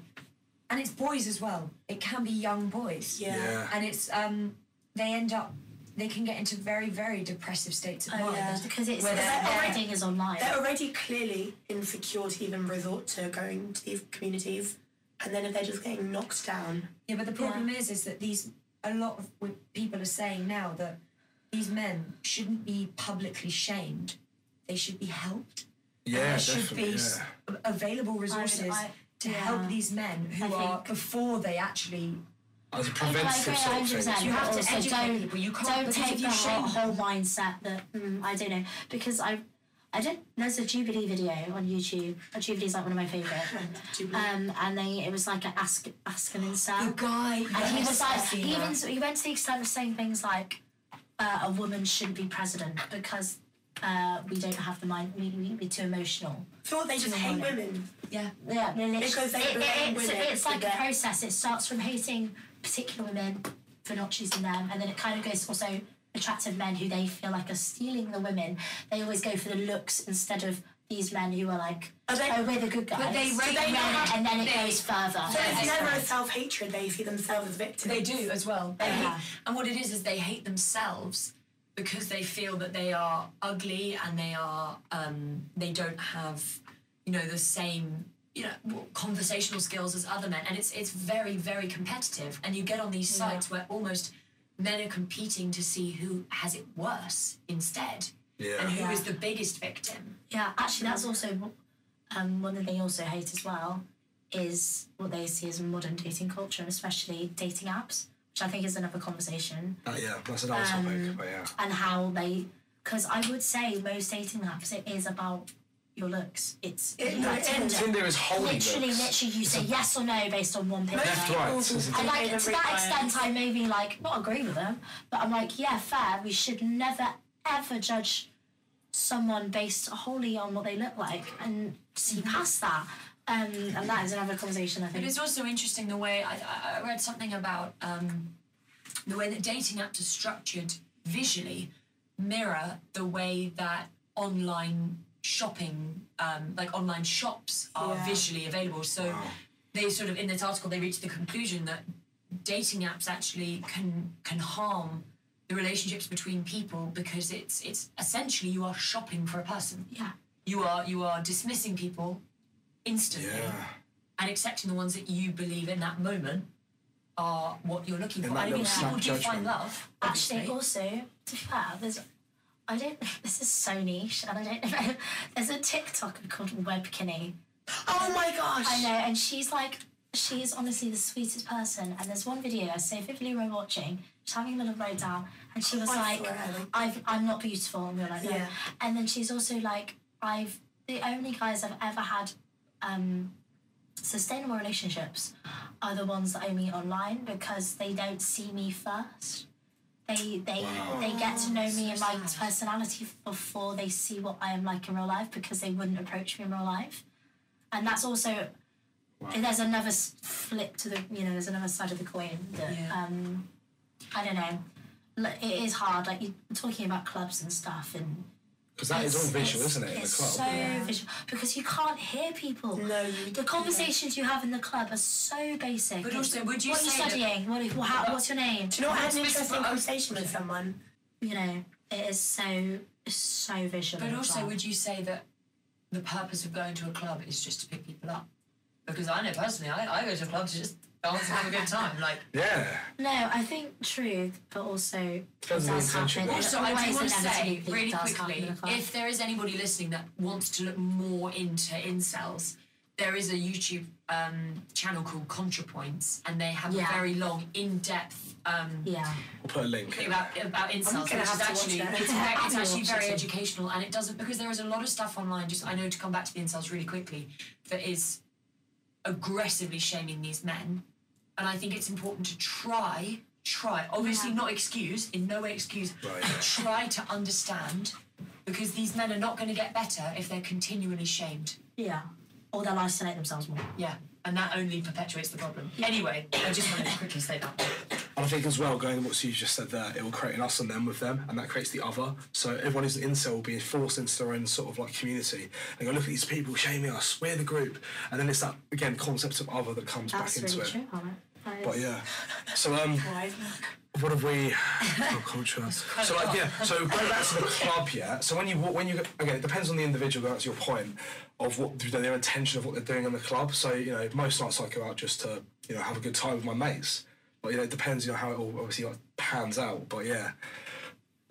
Speaker 2: and it's boys as well it can be young boys
Speaker 4: Yeah.
Speaker 1: Yeah.
Speaker 2: and it's um they end up they can get into very very depressive states of
Speaker 3: Oh,
Speaker 2: mind
Speaker 3: yeah, because it's
Speaker 2: Where they're-
Speaker 3: because everything is online.
Speaker 4: They're already clearly insecure to even resort to going to these communities. And then if they're just getting knocked down,
Speaker 2: Yeah, but the problem is, is that these a lot of w- people are saying now that these men shouldn't be publicly shamed. They should be helped.
Speaker 1: Yeah,
Speaker 2: there should
Speaker 1: definitely.
Speaker 2: be s-
Speaker 1: Yeah.
Speaker 2: a- available resources
Speaker 3: I-
Speaker 2: to
Speaker 3: yeah.
Speaker 2: help these men who
Speaker 3: I think-
Speaker 2: are before they actually.
Speaker 1: As a
Speaker 3: I agree
Speaker 1: preventative sort of thing.
Speaker 3: 100%.
Speaker 2: You have to
Speaker 3: Also,
Speaker 2: educate
Speaker 3: don't-
Speaker 2: people. You can't
Speaker 3: don't
Speaker 2: because if
Speaker 3: take
Speaker 2: you
Speaker 3: the
Speaker 2: shame
Speaker 3: whole, whole
Speaker 2: them-
Speaker 3: mindset that mm, I don't know because I I did there's a Jubilee video on YouTube. Uh, Jubilee's like one of my favourite.
Speaker 4: Jubilee.
Speaker 3: um, and they it was like a ask ask an
Speaker 2: The
Speaker 3: incel.
Speaker 2: guy.
Speaker 3: And he was like
Speaker 2: I've seen
Speaker 3: he even
Speaker 2: that.
Speaker 3: he went to the extent of saying things like uh, a woman shouldn't be president because uh, we don't have the mind we we be too emotional.
Speaker 4: Thought they just hate women.
Speaker 2: yeah.
Speaker 3: Yeah,
Speaker 4: Because they blame
Speaker 3: it's,
Speaker 4: women
Speaker 3: it's
Speaker 4: for
Speaker 3: like a
Speaker 4: their-
Speaker 3: process. It starts from hating particular women for not choosing them, and then it kind of goes also attractive men who they feel like are stealing the women. They always go for the looks instead of these men who are like,
Speaker 4: Are they-
Speaker 3: oh, we're the good guys.
Speaker 2: But they rate
Speaker 3: men,
Speaker 2: men-
Speaker 3: and then it
Speaker 2: they-
Speaker 3: goes further.
Speaker 4: There's
Speaker 2: Yes.
Speaker 4: never a self hatred. They see themselves as victims.
Speaker 2: They do as well. They
Speaker 3: Yeah.
Speaker 2: hate, and what it is is they hate themselves because they feel that they are ugly and they are um, they don't have you know the same you know w- conversational skills as other men, and it's it's very very competitive. And you get on these sites where almost men are competing to see who has it worse instead, and
Speaker 1: Yeah.
Speaker 2: who is
Speaker 3: Yeah.
Speaker 2: the biggest victim.
Speaker 3: Yeah, actually, that's also um, one that they also hate as well is what they see as modern dating culture, and especially dating apps, which I think is another conversation.
Speaker 1: That- Oh, yeah, that's another
Speaker 3: Um,
Speaker 1: topic. But yeah.
Speaker 3: and how they because I would say most dating apps it is about your looks. It's
Speaker 4: It-
Speaker 3: like
Speaker 4: it-
Speaker 3: Tinder.
Speaker 1: Tinder is wholly
Speaker 3: literally,
Speaker 1: looks.
Speaker 3: literally you say yes or no based on one picture.
Speaker 1: Left, right. isn't
Speaker 3: And
Speaker 1: it?
Speaker 3: like to that extent I maybe like not agree with them, but I'm like, yeah, fair, we should never ever judge someone based wholly on what they look like and see past that. Um, and that is another conversation I
Speaker 2: But
Speaker 3: think.
Speaker 2: it's also interesting the way I- I, I read something about um, the way that dating apps are structured visually mirror the way that online shopping, um, like online shops, are
Speaker 4: Yeah.
Speaker 2: visually available. So they sort of in this article they reached the conclusion that dating apps actually can can harm the relationships between people because it's it's essentially you are shopping for a person.
Speaker 3: Yeah.
Speaker 2: You are you are dismissing people instantly
Speaker 1: Yeah.
Speaker 2: and accepting the ones that you believe in that moment are what you're looking
Speaker 1: In
Speaker 2: for.
Speaker 1: that
Speaker 2: And I mean,
Speaker 1: little
Speaker 2: people do
Speaker 1: snap
Speaker 2: find
Speaker 1: judgment.
Speaker 2: love.
Speaker 3: Actually,
Speaker 2: obviously.
Speaker 3: also to be fair, there's I don't. This is so niche, and I don't know. There's a TikToker called Webkinny.
Speaker 4: Oh my gosh.
Speaker 3: I know, and she's like, she's honestly the sweetest person. And there's one video I so vividly remember watching. She's having a little breakdown, and she was
Speaker 4: I
Speaker 3: like,
Speaker 4: swear, Ellen.
Speaker 3: I've, "I'm not beautiful," and we were like, "No."
Speaker 4: Yeah.
Speaker 3: And then she's also like, "I've the only guys I've ever had um, sustainable relationships are the ones that I meet online because they don't see me first. They they they get to know me and my personality before they see what I am like in real life because they wouldn't approach me in real life, and that's also there's another s- flip to the you know there's another side of the coin that
Speaker 2: Yeah.
Speaker 3: um I don't know Like, it is hard like you're talking about clubs and stuff and
Speaker 1: Because that is all
Speaker 3: it's-
Speaker 1: visual,
Speaker 3: it's-
Speaker 1: isn't it, in the
Speaker 3: it's
Speaker 1: club?
Speaker 3: so visual because you can't hear people.
Speaker 4: No, you-
Speaker 3: the conversations you have in the club are so basic.
Speaker 2: But
Speaker 3: It's,
Speaker 2: also, would you
Speaker 3: what are you
Speaker 2: say that-
Speaker 3: studying? What, are- how, what's your name?
Speaker 4: Do you know what? I had an
Speaker 2: It's
Speaker 4: interesting
Speaker 2: about-
Speaker 4: conversation with someone.
Speaker 3: You know, it is so so visual.
Speaker 2: But
Speaker 3: as
Speaker 2: also,
Speaker 3: well.
Speaker 2: would you say that the purpose of going to a club is just to pick people up? Because I know personally, I, I go to a club to just dance and have a good time. Like,
Speaker 1: Yeah.
Speaker 3: no, I think truth, but also
Speaker 1: Depends
Speaker 3: it
Speaker 1: on the
Speaker 3: does
Speaker 1: intention.
Speaker 3: happen. It
Speaker 2: also, I do
Speaker 3: always
Speaker 2: want to say
Speaker 3: inevitably
Speaker 2: really
Speaker 3: does happen
Speaker 2: quickly
Speaker 3: in a club.
Speaker 2: if there is anybody listening that wants to look more into incels, there is a YouTube um, channel called ContraPoints, and they have
Speaker 3: Yeah.
Speaker 2: a very long, in depth um,
Speaker 3: yeah.
Speaker 1: We'll put a link.
Speaker 2: thing about about insults, which
Speaker 4: gonna
Speaker 2: is
Speaker 4: have to watch
Speaker 2: actually
Speaker 4: that.
Speaker 2: it's, very, it's
Speaker 3: I'll
Speaker 2: actually
Speaker 3: watch
Speaker 2: very
Speaker 3: it.
Speaker 2: educational, and it doesn't because there is a lot of stuff online. Just I know to come back to the insults really quickly that is aggressively shaming these men, and I think it's important to try, try, obviously not excuse, in no way excuse,
Speaker 1: Right,
Speaker 2: but
Speaker 1: yeah.
Speaker 2: try to understand because these men are not going to get better if they're continually shamed.
Speaker 3: Yeah. Or they'll isolate themselves more.
Speaker 2: Yeah. And that only perpetuates the problem. Anyway, I just wanted to quickly say that.
Speaker 1: And I think as well, going on what you just said there, it will create an us and them with them, and that creates the other. So everyone who's an incel will be forced into their own sort of like community. And go, look at these people shaming us, we're the group. And then it's that, again, concept of other that comes
Speaker 3: That's
Speaker 1: back into
Speaker 3: really
Speaker 1: it.
Speaker 3: true, Hannah. That is-
Speaker 1: But yeah. So um, what have we? Oh, culture. So like yeah. So going back to the club, yeah. So when you wa- when you go- again, it depends on the individual. That's your point of what their intention of what they're doing in the club. So you know, most nights I go out just to you know have a good time with my mates. But you know, it depends, you know, how it all obviously like, pans out. But yeah.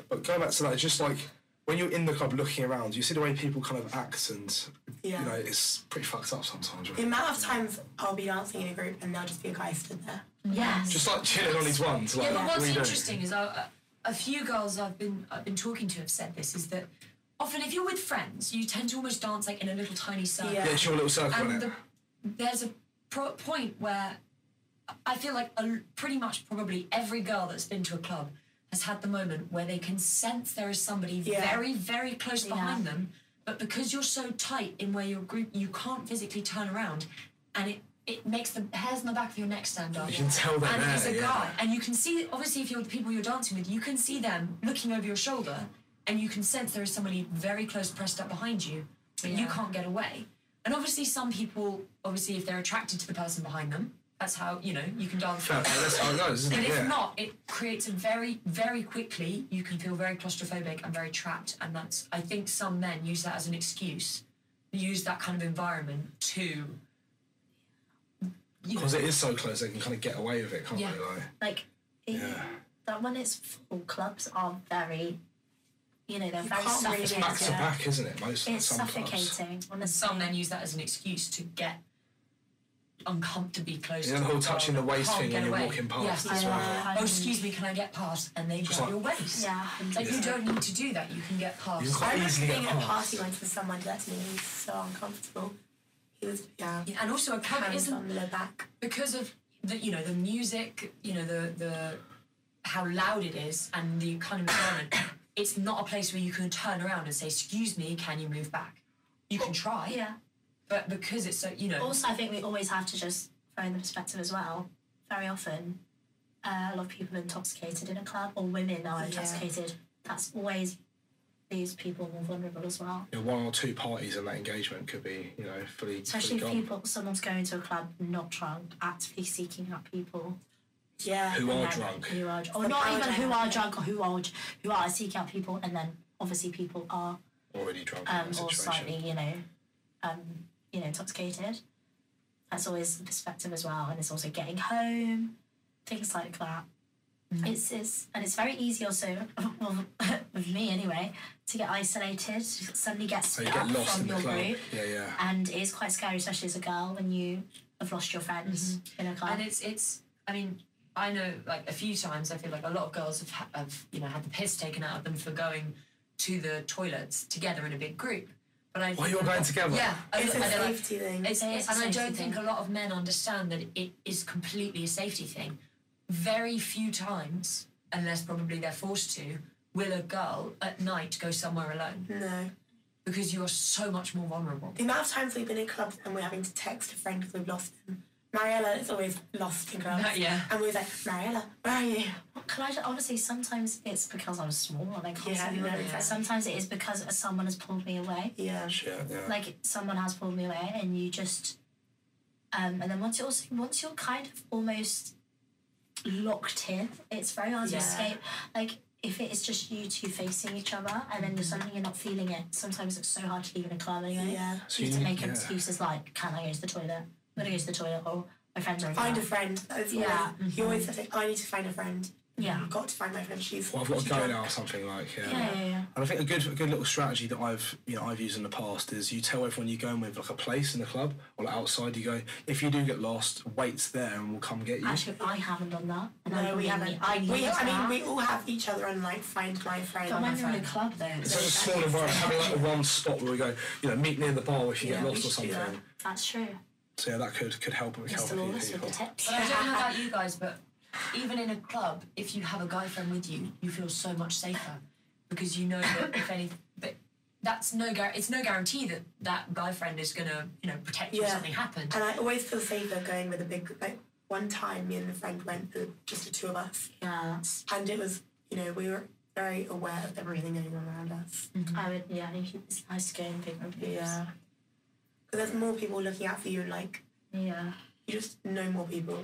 Speaker 1: But going back to that, it's just like when you're in the club looking around, you see the way people kind of act, and
Speaker 4: Yeah.
Speaker 1: you know, it's pretty fucked up sometimes.
Speaker 4: The
Speaker 1: Right?
Speaker 4: amount of times I'll be dancing in a group and there'll just be a guy stood there.
Speaker 3: Yes.
Speaker 1: Just like chilling on his ones. Like,
Speaker 2: Yeah, but
Speaker 1: what
Speaker 2: what's
Speaker 1: are you doing?
Speaker 2: interesting is I, a a few girls I've been I've been talking to have said this is that often if you're with friends, you tend to almost dance like in a little tiny circle.
Speaker 4: Yeah.
Speaker 1: Yeah, it's your little circle
Speaker 2: And
Speaker 1: in
Speaker 2: um, the,
Speaker 1: it.
Speaker 2: there's a pro- point where I feel like a, pretty much probably every girl that's been to a club has had the moment where they can sense there is somebody
Speaker 4: Yeah.
Speaker 2: very, very close behind them, but because you're so tight in where your group, you can't physically turn around, and it it makes the hairs on the back of your neck stand up.
Speaker 1: You can tell they're
Speaker 2: and
Speaker 1: there,
Speaker 2: it's a
Speaker 1: yeah.
Speaker 2: guy, and you can see obviously if you're with the people you're dancing with, you can see them looking over your shoulder, and you can sense there is somebody very close pressed up behind you, but you
Speaker 5: Yeah.
Speaker 2: can't get away. And obviously, some people, obviously, if they're attracted to the person behind them, that's how you know you can dance.
Speaker 1: Fair, play, that's how it goes, isn't
Speaker 2: But
Speaker 1: it?
Speaker 2: if
Speaker 1: Yeah.
Speaker 2: not, it creates a very, very quickly, you can feel very claustrophobic and very trapped. And that's, I think some men use that as an excuse, use that kind of environment to. You know,
Speaker 1: Because it is so close, they can kind of get away with it, can't
Speaker 2: Yeah.
Speaker 1: they? Like,
Speaker 3: like it,
Speaker 1: Yeah.
Speaker 3: that when it's full clubs are very you know they're very
Speaker 4: can't really
Speaker 3: suffocating
Speaker 1: back to
Speaker 4: Yeah.
Speaker 1: back, isn't it? Most
Speaker 3: it's
Speaker 1: some clubs.
Speaker 3: suffocating honestly
Speaker 2: some then use that as an excuse to get uncomfortably close
Speaker 1: You know,
Speaker 2: to
Speaker 1: the whole
Speaker 2: girl
Speaker 1: touching the
Speaker 2: that
Speaker 1: waist
Speaker 2: can't
Speaker 1: thing
Speaker 2: get
Speaker 1: when you're
Speaker 2: away.
Speaker 1: walking
Speaker 2: Yeah.
Speaker 1: past
Speaker 3: I
Speaker 1: as
Speaker 3: know,
Speaker 1: well.
Speaker 3: I
Speaker 2: oh,
Speaker 3: know.
Speaker 2: excuse me, can I get past? And they grab
Speaker 1: like-
Speaker 2: your waist.
Speaker 3: yeah
Speaker 2: Like, you don't need to do that. You can get past.
Speaker 1: You can't-
Speaker 4: I remember
Speaker 1: Easily
Speaker 4: being
Speaker 1: get
Speaker 4: at a
Speaker 1: past.
Speaker 4: party once with someone did that to me and he was so uncomfortable. He was, yeah,
Speaker 2: Yeah, And also, a club
Speaker 4: hands
Speaker 2: isn't
Speaker 4: on the back.
Speaker 2: because of the you know the music, you know the the how loud it is and the kind of environment. it's not a place where you can turn around and say, "Excuse me, can you move back?" You can try,
Speaker 3: yeah
Speaker 2: but because it's so you know,
Speaker 3: also I think we always have to just throw in the perspective as well very often uh, a lot of people are intoxicated in a club or women are
Speaker 4: Yeah.
Speaker 3: intoxicated that's always these people more vulnerable as well
Speaker 1: You know, one or two parties and that engagement could be, you know, fully,
Speaker 3: especially if
Speaker 1: fully gone.
Speaker 3: people someone's going to a club not drunk actively seeking out people
Speaker 4: Yeah.
Speaker 1: Who are
Speaker 3: then
Speaker 1: drunk?
Speaker 3: Who are, or
Speaker 4: The
Speaker 3: not
Speaker 4: power
Speaker 3: even who
Speaker 4: dynamic.
Speaker 3: are drunk or who are who are seeking out people, and then obviously people are
Speaker 1: Already drunk
Speaker 3: um,
Speaker 1: in that
Speaker 3: or slightly,
Speaker 1: situation.
Speaker 3: you know, um, you know, intoxicated. That's always the perspective as well, and it's also getting home, things like that. It's it's and it's very easy also well, with me anyway to get isolated. Suddenly get
Speaker 1: So you
Speaker 3: split
Speaker 1: get
Speaker 3: up
Speaker 1: lost
Speaker 3: from
Speaker 1: in the
Speaker 3: your
Speaker 1: club.
Speaker 3: group,
Speaker 1: Yeah, yeah.
Speaker 3: and it is quite scary, especially as a girl when you have lost your friends in a club.
Speaker 2: and it's it's. I mean, I know like a few times. I feel like a lot of girls have ha- have you know had the piss taken out of them for going to the toilets together in a big group. But I
Speaker 1: Why you're going together?
Speaker 2: Yeah, I-
Speaker 4: It's a
Speaker 2: I don't like-
Speaker 4: safety thing.
Speaker 2: It's,
Speaker 3: It's a
Speaker 2: and I
Speaker 3: safety
Speaker 2: don't think a
Speaker 3: thing.
Speaker 2: lot of men understand that it is completely a safety thing. Very few times, unless probably they're forced to, will a girl at night go somewhere alone
Speaker 4: No.
Speaker 2: because you are so much more vulnerable.
Speaker 4: The amount of times we've been in clubs and we're having to text a friend because we've lost them. Mariella is always lost in clubs.
Speaker 2: Yeah.
Speaker 4: And we're like, Mariella, where are you?
Speaker 3: Can I ju- honestly? Sometimes it's because I'm small and I can't
Speaker 4: Yeah,
Speaker 3: see the
Speaker 4: no,
Speaker 3: room.
Speaker 4: yeah.
Speaker 3: Sometimes it is because someone has pulled me away.
Speaker 4: Yeah.
Speaker 1: Shit, yeah.
Speaker 3: Like someone has pulled me away, and you just, um, and then once you also once you're kind of almost locked in, it's very hard
Speaker 2: Yeah.
Speaker 3: to escape. Like if it is just you two facing each other, and then you're suddenly you're not feeling it. Sometimes it's so hard to leave in a club anyway.
Speaker 4: Mm-hmm. Yeah.
Speaker 1: So
Speaker 3: You
Speaker 1: you
Speaker 3: have to
Speaker 1: need-
Speaker 3: make
Speaker 1: yeah.
Speaker 3: excuses like, "Can I go to the toilet? I'm gonna go to the toilet," or "My friends are in
Speaker 4: Find a
Speaker 3: town."
Speaker 4: friend. That's always-
Speaker 3: Yeah.
Speaker 4: You always have to, I need to find a friend.
Speaker 3: Yeah.
Speaker 4: I've got to find my friend. She's.
Speaker 1: Well, I've got to
Speaker 4: she's
Speaker 1: go
Speaker 4: drunk.
Speaker 1: now or something like, yeah.
Speaker 3: Yeah, yeah, yeah.
Speaker 1: And I think a good, a good little strategy that I've, you know, I've used in the past is you tell everyone you're going with like a place in the club or like outside. You go, if you do get lost, wait there and we'll come get you.
Speaker 3: Actually, I haven't done that. and I
Speaker 4: No, we
Speaker 3: really-
Speaker 4: haven't.
Speaker 3: I need
Speaker 4: we, I mean,
Speaker 3: that.
Speaker 4: we all have each other and like find my friend.
Speaker 3: But when
Speaker 4: my
Speaker 3: you're in a
Speaker 4: friend.
Speaker 3: club, though,
Speaker 1: It's such a small environment, having like the one spot where we go, you know, meet near the bar if you get
Speaker 4: Yeah, we
Speaker 1: lost or
Speaker 4: should do
Speaker 1: something.
Speaker 4: that.
Speaker 3: that's true.
Speaker 1: So yeah, that could could help, could help
Speaker 3: Mr.
Speaker 1: a
Speaker 3: Lawless
Speaker 1: few
Speaker 3: with the
Speaker 1: people.
Speaker 3: tips.
Speaker 2: But I don't know about you guys, but even in a club, if you have a guy friend with you, you feel so much safer because you know that if any, but that's no guar. It's no guarantee that that guy friend is gonna you know protect you if
Speaker 4: Yeah.
Speaker 2: something happens.
Speaker 4: And I always feel safer going with a big group. Like one time, me and a friend went, uh, just the two of us,
Speaker 3: Yeah, that's-
Speaker 4: and it was, you know, we were very aware of everything going on around us.
Speaker 3: I would. Yeah, I think it's nice to go in big groups.
Speaker 4: Yeah. Because there's more people looking out for you, and like
Speaker 3: yeah.
Speaker 4: you just know more people.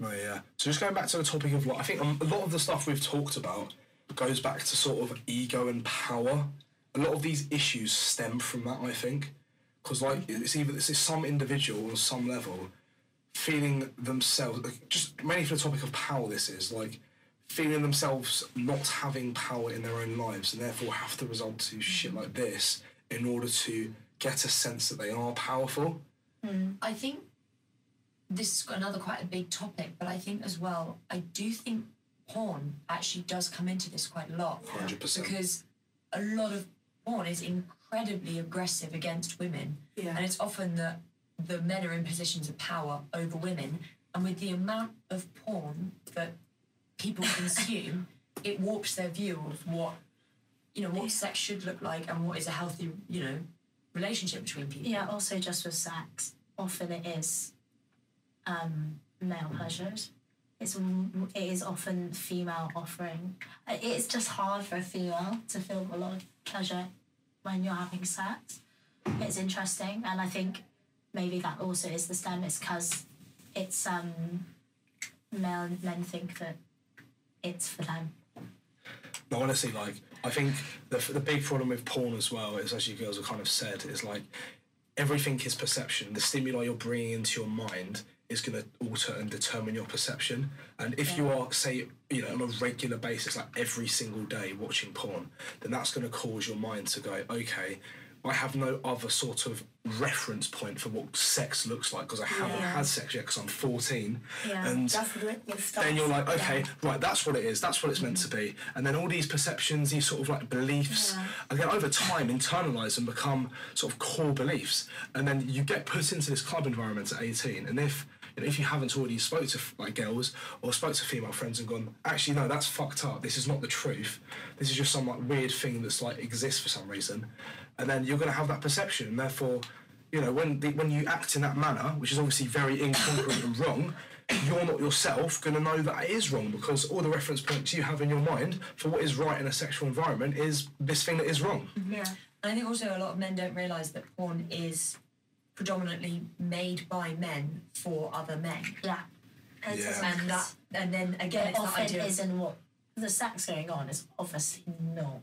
Speaker 1: No, Oh, yeah. So just going back to the topic of like, I think um, a lot of the stuff we've talked about goes back to sort of ego and power. A lot of these issues stem from that, I think, because like it's either it's some individual on some level feeling themselves like, just mainly for the topic of power this is like feeling themselves not having power in their own lives and therefore have to resort to shit like this in order to get a sense that they are powerful
Speaker 2: I think this is another quite a big topic, but I think as well, I do think porn actually does come into this quite a lot.
Speaker 1: 100%.
Speaker 2: Because a lot of porn is incredibly aggressive against women.
Speaker 4: Yeah.
Speaker 2: And it's often that the men are in positions of power over women. And with the amount of porn that people consume, it warps their view of what you know, what sex should look like and what is a healthy, you know, relationship between people.
Speaker 3: Yeah, also just with sex, often it is um, male pleasured. It's it is often female offering. Uh, It's just hard for a female to feel a lot of pleasure when you're having sex. It's interesting, and I think maybe that also is the stem. It's because it's um, male men think that it's for them.
Speaker 1: But honestly, like I think the the big problem with porn as well is, as you girls have kind of said, is like everything is perception. The stimuli you're bringing into your mind is going to alter and determine your perception. And if you are, say, you know, on a regular basis, like every single day watching porn, then that's going to cause your mind to go, okay. I have no other sort of reference point for what sex looks like because I haven't
Speaker 3: Yeah.
Speaker 1: had sex yet because I'm 14.
Speaker 3: Yeah.
Speaker 1: And
Speaker 4: That's the way it starts.
Speaker 1: then you're like, okay, right, that's what it is, that's what it's meant to be. And then all these perceptions, these sort of like beliefs, and then over time internalize and become sort of core beliefs. And then you get put into this club environment at 18. And if you know, if you haven't already spoke to like girls or spoke to female friends and gone, actually no, that's fucked up. This is not the truth. This is just some like weird thing that's like exists for some reason. And then you're gonna have that perception. And therefore, you know, when the, when you act in that manner, which is obviously very incongruent and wrong, you're not yourself going to know that it is wrong because all the reference points you have in your mind for what is right in a sexual environment is this thing that is wrong.
Speaker 3: Mm-hmm.
Speaker 2: Yeah. And I think also a lot of men don't realise that porn is predominantly made by men for other men.
Speaker 3: Yeah, It's
Speaker 1: Yeah.
Speaker 3: just like-
Speaker 2: And that and then again
Speaker 3: it
Speaker 2: it's that
Speaker 3: often
Speaker 2: idea of
Speaker 3: isn't what the sex going on is obviously not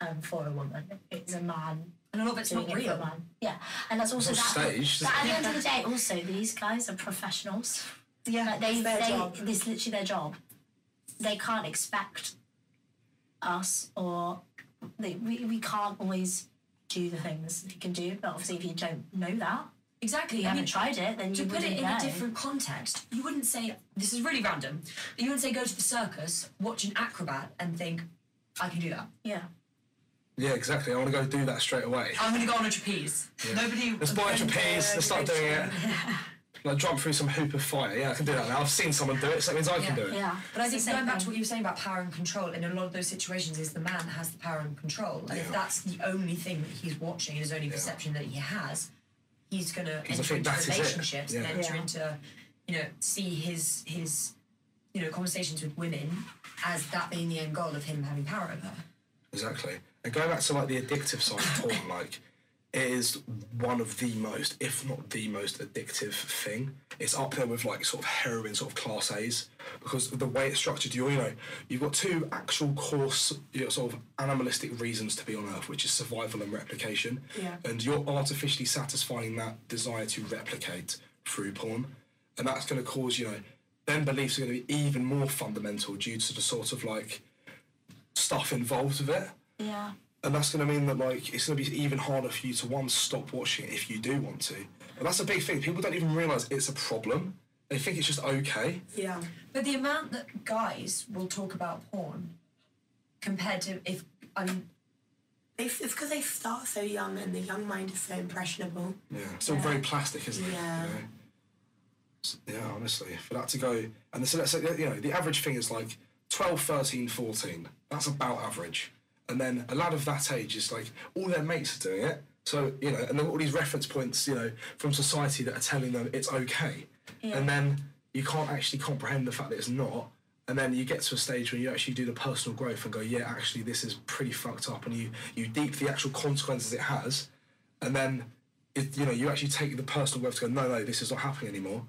Speaker 3: um, for a woman. It's a man.
Speaker 2: and a lot of it's
Speaker 3: doing
Speaker 2: not
Speaker 3: it for a
Speaker 2: real.
Speaker 3: man. Yeah, and that's also
Speaker 1: It's not
Speaker 3: that.
Speaker 1: staged,
Speaker 3: but at
Speaker 1: is
Speaker 3: the end of the day, also these guys are professionals.
Speaker 4: yeah,
Speaker 3: Like they,
Speaker 4: it's their
Speaker 3: they,
Speaker 4: job.
Speaker 3: this is literally their job. They can't expect us or they, we, we can't always do the things they can do. But obviously, if you don't know that,
Speaker 2: Exactly.
Speaker 3: you
Speaker 2: I
Speaker 3: haven't
Speaker 2: mean,
Speaker 3: tried it, then you
Speaker 2: to put
Speaker 3: wouldn't
Speaker 2: it in
Speaker 3: know.
Speaker 2: a different context, you wouldn't say this is really random, but you wouldn't say go to the circus, watch an acrobat and think, I can do that.
Speaker 3: yeah.
Speaker 1: Yeah, exactly. I want to go do that straight away.
Speaker 2: I'm gonna go on a trapeze. Nobody
Speaker 1: Let's buy a trapeze. Let's start doing it. Like jump through some hoop of fire. Yeah, I can do that now. I've seen someone do it, so that means I can
Speaker 2: Yeah,
Speaker 1: do it.
Speaker 3: Yeah,
Speaker 2: But I
Speaker 3: It's the
Speaker 2: think
Speaker 3: same
Speaker 2: going back to
Speaker 3: thing.
Speaker 2: what you were saying about power and control, in a lot of those situations, is the man has the power and control, and if
Speaker 1: Yeah.
Speaker 2: that's the only thing that he's watching, his only perception that he has, he's going to
Speaker 1: I
Speaker 2: enter
Speaker 1: think
Speaker 2: into
Speaker 1: that is it.
Speaker 2: relationships, and
Speaker 1: Yeah.
Speaker 2: enter
Speaker 3: Yeah.
Speaker 2: into, you know, see his his, you know, conversations with women as that being the end goal of him having power over her.
Speaker 1: Exactly. And going back to like the addictive side of porn, like it is one of the most, if not the most addictive thing. It's up there with like sort of heroin, sort of class A's, because of the way it's structured, you you know, you've got two actual course, you know, sort of animalistic reasons to be on Earth, which is survival and replication.
Speaker 4: Yeah.
Speaker 1: And you're artificially satisfying that desire to replicate through porn, and that's going to cause you know, then beliefs are going to be even more fundamental due to the sort of like stuff involved with it.
Speaker 3: yeah.
Speaker 1: And that's going to mean that like it's going to be even harder for you to one stop watching it if you do want to. And that's a big thing. People don't even realise it's a problem. They think it's just okay.
Speaker 4: Yeah.
Speaker 2: But the amount that guys will talk about porn, compared to if I mean,
Speaker 4: They, it's because they start so young and the young mind is so impressionable.
Speaker 1: Yeah. It's all very plastic, isn't it?
Speaker 4: Yeah.
Speaker 1: You know? S- Yeah, honestly, for that to go and so that's you know the average thing is like 12, 13, 14. That's about average. And then a lad of that age is like all their mates are doing it. So you know, and then all these reference points you know from society that are telling them it's okay. And then you can't actually comprehend the fact that it's not. And then you get to a stage where you actually do the personal growth and go, yeah, actually this is pretty fucked up. And you you deep the actual consequences it has. And then it, you know you actually take the personal growth to go, no, no, this is not happening anymore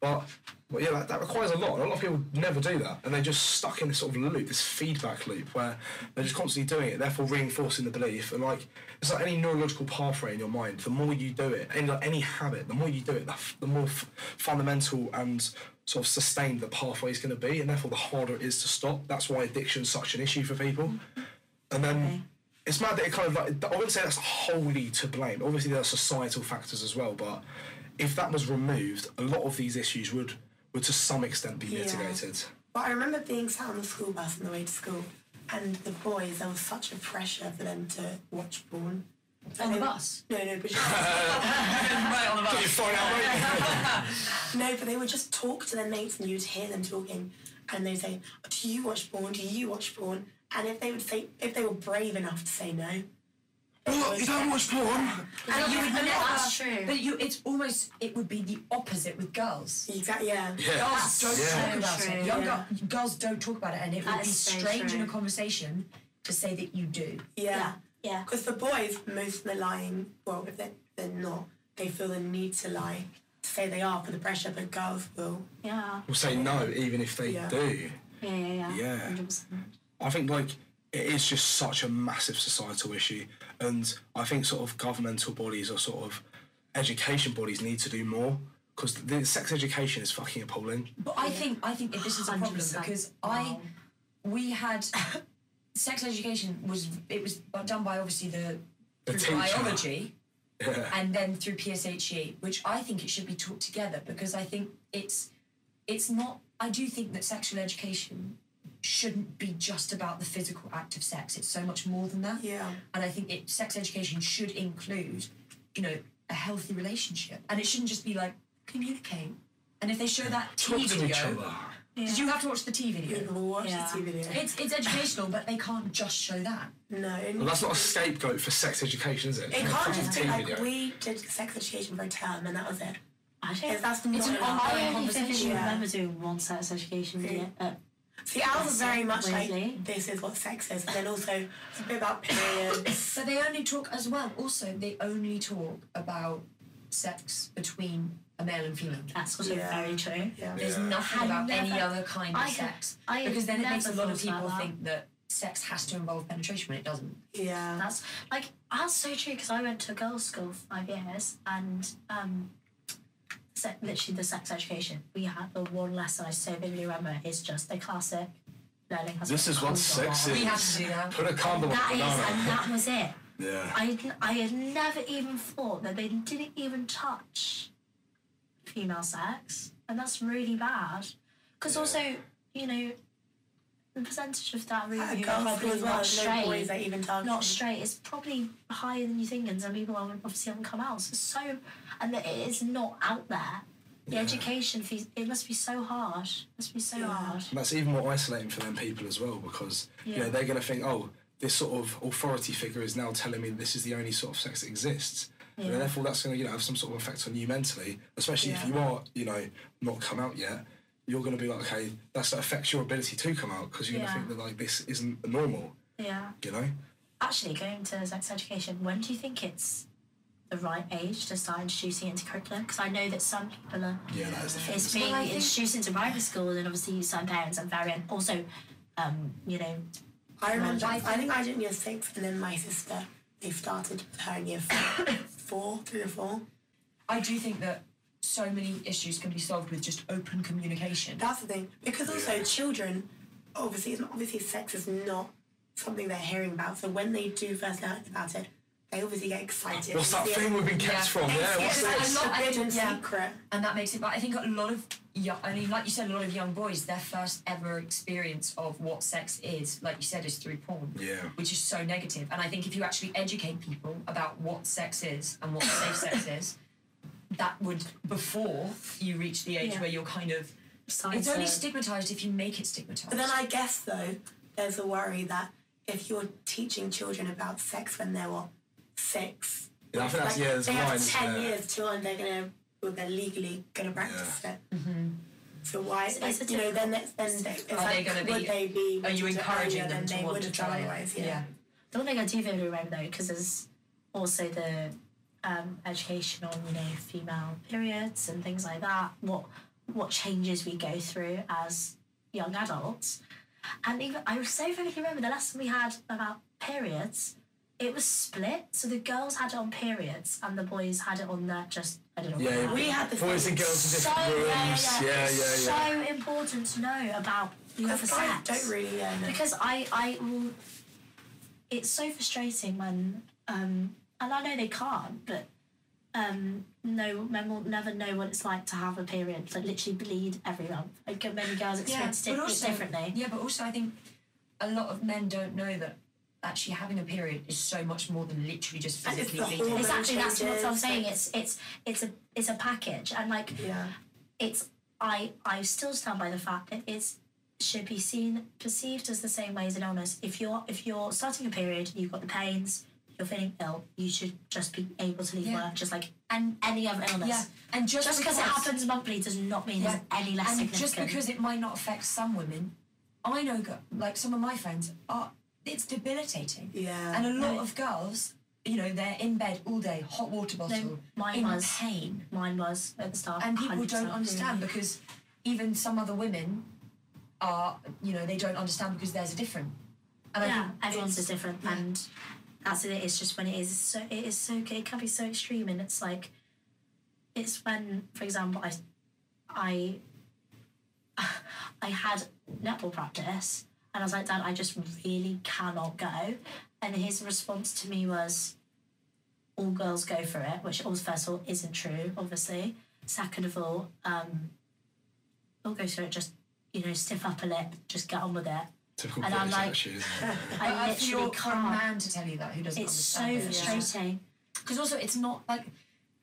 Speaker 1: But, but yeah, that, that requires a lot. And a lot of people never do that. And they're just stuck in this sort of loop, this feedback loop where they're just constantly doing it, therefore reinforcing the belief. And like, it's like any neurological pathway in your mind. The more you do it, any, like any habit, the more you do it, the, f- the more f- fundamental and sort of sustained the pathway is going to be. And therefore, the harder it is to stop. That's why addiction's such an issue for people. And then it's mad that it kind of like I wouldn't say that's wholly to blame. Obviously, there are societal factors as well, but if that was removed, a lot of these issues would would to some extent be
Speaker 4: Yeah.
Speaker 1: mitigated.
Speaker 4: But I remember being sat on the school bus on the way to school, and the boys, there was such a pressure for them to watch porn.
Speaker 2: On the
Speaker 4: They-
Speaker 2: bus?
Speaker 4: No, no, but just,
Speaker 2: right on the bus.
Speaker 1: You find out, mate.
Speaker 4: no, but they would just talk to their mates, and you'd hear them talking, and they'd say, "Do you watch porn? Do you watch porn?" And if they would say, if they were brave enough to say no,
Speaker 1: What? You don't watch porn?
Speaker 3: And
Speaker 2: You would never.
Speaker 3: That's true.
Speaker 2: But you, it's almost, it would be the opposite with girls.
Speaker 4: exactly, yeah,
Speaker 2: Girls don't
Speaker 1: so
Speaker 2: talk about
Speaker 3: true,
Speaker 2: it. Young
Speaker 4: yeah.
Speaker 2: girl- girls don't talk about it, and it
Speaker 3: That
Speaker 2: would be
Speaker 3: is so
Speaker 2: strange
Speaker 3: true.
Speaker 2: in a conversation to say that you do.
Speaker 4: yeah.
Speaker 3: yeah.
Speaker 4: Because for boys, most of the lying, well, if they're, they're not, they feel the need to lie to say they are for the pressure, but girls will.
Speaker 3: Yeah.
Speaker 1: We'll say no, even if they
Speaker 4: Yeah.
Speaker 1: do.
Speaker 3: Yeah, yeah, yeah.
Speaker 1: Yeah.
Speaker 3: 100%.
Speaker 1: I think like it is just such a massive societal issue, and I think sort of governmental bodies or sort of education bodies need to do more because the sex education is fucking appalling.
Speaker 2: But I think I think this is a problem
Speaker 3: 100%.
Speaker 2: because I
Speaker 3: Wow.
Speaker 2: we had sex education was it was done by obviously the,
Speaker 1: The
Speaker 2: through
Speaker 1: teacher.
Speaker 2: biology
Speaker 1: Yeah.
Speaker 2: and then through PSHE, E, which I think it should be taught together because I think it's it's not. I do think that sexual education shouldn't be just about the physical act of sex. It's so much more than that.
Speaker 4: Yeah.
Speaker 2: And I think it, sex education should include, you know, a healthy relationship, and it shouldn't just be like communicate. And if they show that
Speaker 1: Talk
Speaker 2: T
Speaker 1: to each
Speaker 2: video,
Speaker 1: other.
Speaker 2: because you have to watch the T video.
Speaker 4: We'll watch
Speaker 3: Yeah.
Speaker 4: the TV video.
Speaker 2: It's it's educational, but they can't just show that.
Speaker 4: no, it
Speaker 1: Well, that's not a scapegoat for sex education, is it?
Speaker 4: It can't just be
Speaker 1: Fucking
Speaker 4: like
Speaker 1: video.
Speaker 4: we did sex education for a term and that was it.
Speaker 3: I
Speaker 4: If
Speaker 3: don't.
Speaker 4: that's
Speaker 2: an
Speaker 4: not enough-
Speaker 2: ongoing
Speaker 3: I only vividly
Speaker 2: conversation.
Speaker 3: remember doing one sex education video. Uh,
Speaker 4: See, ours was very much
Speaker 3: Weirdly.
Speaker 4: like this is what sex is, and then also it's a bit about periods.
Speaker 2: But they only talk as well. Also, they only talk about sex between a male and female.
Speaker 3: that's also
Speaker 4: Yeah.
Speaker 3: very true.
Speaker 4: yeah.
Speaker 2: There's
Speaker 1: Yeah.
Speaker 2: nothing
Speaker 3: I
Speaker 2: about any
Speaker 3: never-
Speaker 2: other kind of
Speaker 3: I had-
Speaker 2: sex
Speaker 3: I had
Speaker 2: because then it makes a
Speaker 3: never
Speaker 2: lot of
Speaker 3: thought about
Speaker 2: people
Speaker 3: that.
Speaker 2: think that sex has to involve penetration when it doesn't.
Speaker 4: yeah.
Speaker 3: That's like that's so true because I went to a girls' school for five years and um, se- literally the sex education we had the one lesson I so vividly remember is just the classic learning. how to
Speaker 1: This
Speaker 3: put
Speaker 1: is what
Speaker 3: condoms
Speaker 1: sex
Speaker 3: on.
Speaker 1: is.
Speaker 2: We have to do that.
Speaker 1: Put a condom on
Speaker 3: That is,
Speaker 1: the
Speaker 3: and
Speaker 1: banana.
Speaker 3: that was it.
Speaker 1: Yeah.
Speaker 3: I had, I had never even thought that they didn't even touch female sex, and that's really bad. Because also, you know, the percentage of that really
Speaker 4: At a
Speaker 3: who are
Speaker 4: girls'
Speaker 3: probably
Speaker 4: school as well,
Speaker 3: not
Speaker 4: no
Speaker 3: straight,
Speaker 4: boys are even targeted.
Speaker 3: not straight is probably higher than you think, and some people haven't, obviously haven't come out. So, so and that it is not out there. The education fees, it must be so hard. It must be so hard.
Speaker 1: And that's even more isolating for them people as well because you know
Speaker 3: Yeah.
Speaker 1: they're going to think, oh, this sort of authority figure is now telling me this is the only sort of sex that exists. And
Speaker 3: Yeah.
Speaker 1: therefore, that's going to you know have some sort of effect on you mentally, especially if
Speaker 4: Yeah.
Speaker 1: you are you know not come out yet. You're going to be like, okay, that's that affects your ability to come out because you're
Speaker 3: Yeah.
Speaker 1: going to think that like this isn't normal,
Speaker 3: Yeah.
Speaker 1: you know.
Speaker 3: Actually, going to sex education, when do you think it's the right age to start introducing it into curriculum? Because I know that some people are.
Speaker 1: Yeah, that is the thing.
Speaker 3: It's being
Speaker 2: Well, I think-
Speaker 3: introduced into private school, and obviously some parents are very also, um, you know,
Speaker 4: I remember.
Speaker 2: I
Speaker 4: I
Speaker 2: think-
Speaker 4: think I did in year six, and then my sister they started with her in year four, four, three or four.
Speaker 2: I do think that so many issues can be solved with just open communication.
Speaker 4: That's the thing. Because also
Speaker 1: Yeah.
Speaker 4: children, obviously, it's not, obviously sex is not something they're hearing about. So when they do first learn about it, they obviously get excited.
Speaker 1: What's that
Speaker 4: Yeah.
Speaker 1: thing we've been kept
Speaker 2: Yeah.
Speaker 1: from?
Speaker 4: It's-
Speaker 1: Yeah, what's
Speaker 4: it's
Speaker 1: that?
Speaker 2: this?
Speaker 4: like
Speaker 2: I
Speaker 4: a
Speaker 2: think-
Speaker 4: forbidden
Speaker 2: yeah.
Speaker 4: secret.
Speaker 2: and that makes it. But I think a lot of young, I mean, like you said, a lot of young boys, their first ever experience of what sex is, like you said, is through porn.
Speaker 1: Yeah.
Speaker 2: Which is so negative. And I think if you actually educate people about what sex is and what safe sex is, that would before you reach the age
Speaker 3: Yeah.
Speaker 2: where you're kind of.
Speaker 3: science.
Speaker 2: It's only
Speaker 3: of-
Speaker 2: stigmatized if you make it stigmatized.
Speaker 4: But then I guess though, there's a worry that if you're teaching children about sex when they're what six,
Speaker 1: Yeah, I think that's
Speaker 4: like,
Speaker 1: yeah. There's
Speaker 4: they have
Speaker 1: lines
Speaker 4: ten
Speaker 1: there.
Speaker 4: years till and they're gonna well, they're legally gonna practice it.
Speaker 2: Mm-hmm.
Speaker 4: So why,
Speaker 3: It's-
Speaker 4: like,
Speaker 3: it's a
Speaker 4: you know, then it's, then
Speaker 3: different-
Speaker 4: it's
Speaker 2: Are
Speaker 4: like,
Speaker 2: they gonna
Speaker 4: would
Speaker 2: be-
Speaker 4: they be?
Speaker 2: Are you
Speaker 4: to do it
Speaker 2: encouraging
Speaker 4: earlier
Speaker 2: them
Speaker 4: than
Speaker 2: to
Speaker 4: they
Speaker 2: want
Speaker 4: would
Speaker 2: to
Speaker 4: have
Speaker 2: try
Speaker 4: done
Speaker 2: it?
Speaker 4: otherwise? Yeah.
Speaker 2: Yeah.
Speaker 3: the one thing I do vividly remember though, because there's also the um, education on you know female periods and things like that. What what changes we go through as young adults. And even I so vividly remember the lesson we had about periods. It was split, so the girls had it on periods and the boys had it on their just I don't know. what
Speaker 1: Yeah,
Speaker 3: they had.
Speaker 4: We had this.
Speaker 1: Boys and girls in
Speaker 3: so
Speaker 1: different
Speaker 3: yeah,
Speaker 1: rooms.
Speaker 3: yeah,
Speaker 1: Yeah, yeah,
Speaker 3: it's
Speaker 1: yeah.
Speaker 3: So important to know about the other
Speaker 4: Because guys
Speaker 3: sex
Speaker 4: don't really learn it.
Speaker 3: because I I will. It's so frustrating when um and I know they can't, but um no men will never know what it's like to have a period like literally bleed every month. Like many girls experience it differently.
Speaker 2: Yeah, but also I think a lot of men don't know that actually having a period is so much more than literally just
Speaker 4: And it's
Speaker 2: physically
Speaker 4: the
Speaker 2: bleeding.
Speaker 4: hormone
Speaker 3: Exactly, that's what I'm
Speaker 4: changes,
Speaker 3: saying.
Speaker 4: like-
Speaker 3: It's it's it's a it's a package, and like
Speaker 4: Yeah.
Speaker 3: it's I I still stand by the fact that it's should be seen perceived as the same way as an illness. If you're if you're starting a period, you've got the pains, you're feeling ill, you should just be able to leave
Speaker 2: Yeah.
Speaker 3: work just like and any other illness.
Speaker 2: Yeah, and just,
Speaker 3: Just because it happens monthly does not mean
Speaker 2: Yeah.
Speaker 3: it's any less
Speaker 2: and just
Speaker 3: significant.
Speaker 2: because it might not affect some women, I know go- like some of my friends are. It's debilitating.
Speaker 4: Yeah.
Speaker 2: and a lot
Speaker 3: No.
Speaker 2: of girls, you know, they're in bed all day, hot water bottle,
Speaker 3: mine
Speaker 2: in
Speaker 3: was.
Speaker 2: pain,
Speaker 3: Mine was at the start.
Speaker 2: and people
Speaker 3: 100%
Speaker 2: don't understand because even some other women are, you know, they don't understand because theirs are different. And I
Speaker 3: Yeah,
Speaker 2: think
Speaker 3: everyone's
Speaker 2: it's-
Speaker 3: is different,
Speaker 2: yeah.
Speaker 3: and that's it. It's just when it is so it is so it can be so extreme, and it's like it's when, for example, I I I had netball practice, and I was like, Dad, I just really cannot go, and his response to me was, all girls go for it, which also first of all isn't true, obviously. Second of all, um, all goes for it. Just you know, stiff upper lip, just get on with it.
Speaker 1: Typical
Speaker 3: And I'm
Speaker 1: British,
Speaker 3: like-
Speaker 1: actually, isn't it?
Speaker 2: But
Speaker 3: I
Speaker 2: if you're
Speaker 3: literally
Speaker 2: a
Speaker 3: can't.
Speaker 2: man to tell you that who doesn't
Speaker 3: It's so
Speaker 2: understand it.
Speaker 3: frustrating.
Speaker 2: because also it's not like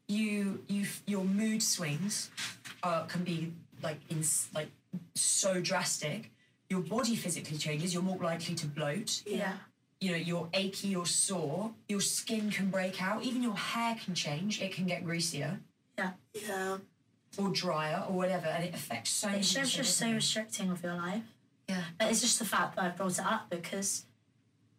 Speaker 2: you you f- your mood swings uh, can be like in like so drastic your body physically changes you're more likely to bloat
Speaker 4: Yeah.
Speaker 2: you know you're achy or sore your skin can break out even your hair can change it can get greasier
Speaker 3: Yeah.
Speaker 4: Yeah.
Speaker 2: or drier or whatever and it affects so many
Speaker 3: It's
Speaker 2: people
Speaker 3: just, just so
Speaker 2: differently.
Speaker 3: restricting of your life.
Speaker 2: yeah
Speaker 3: But it's just the fact that I brought it up because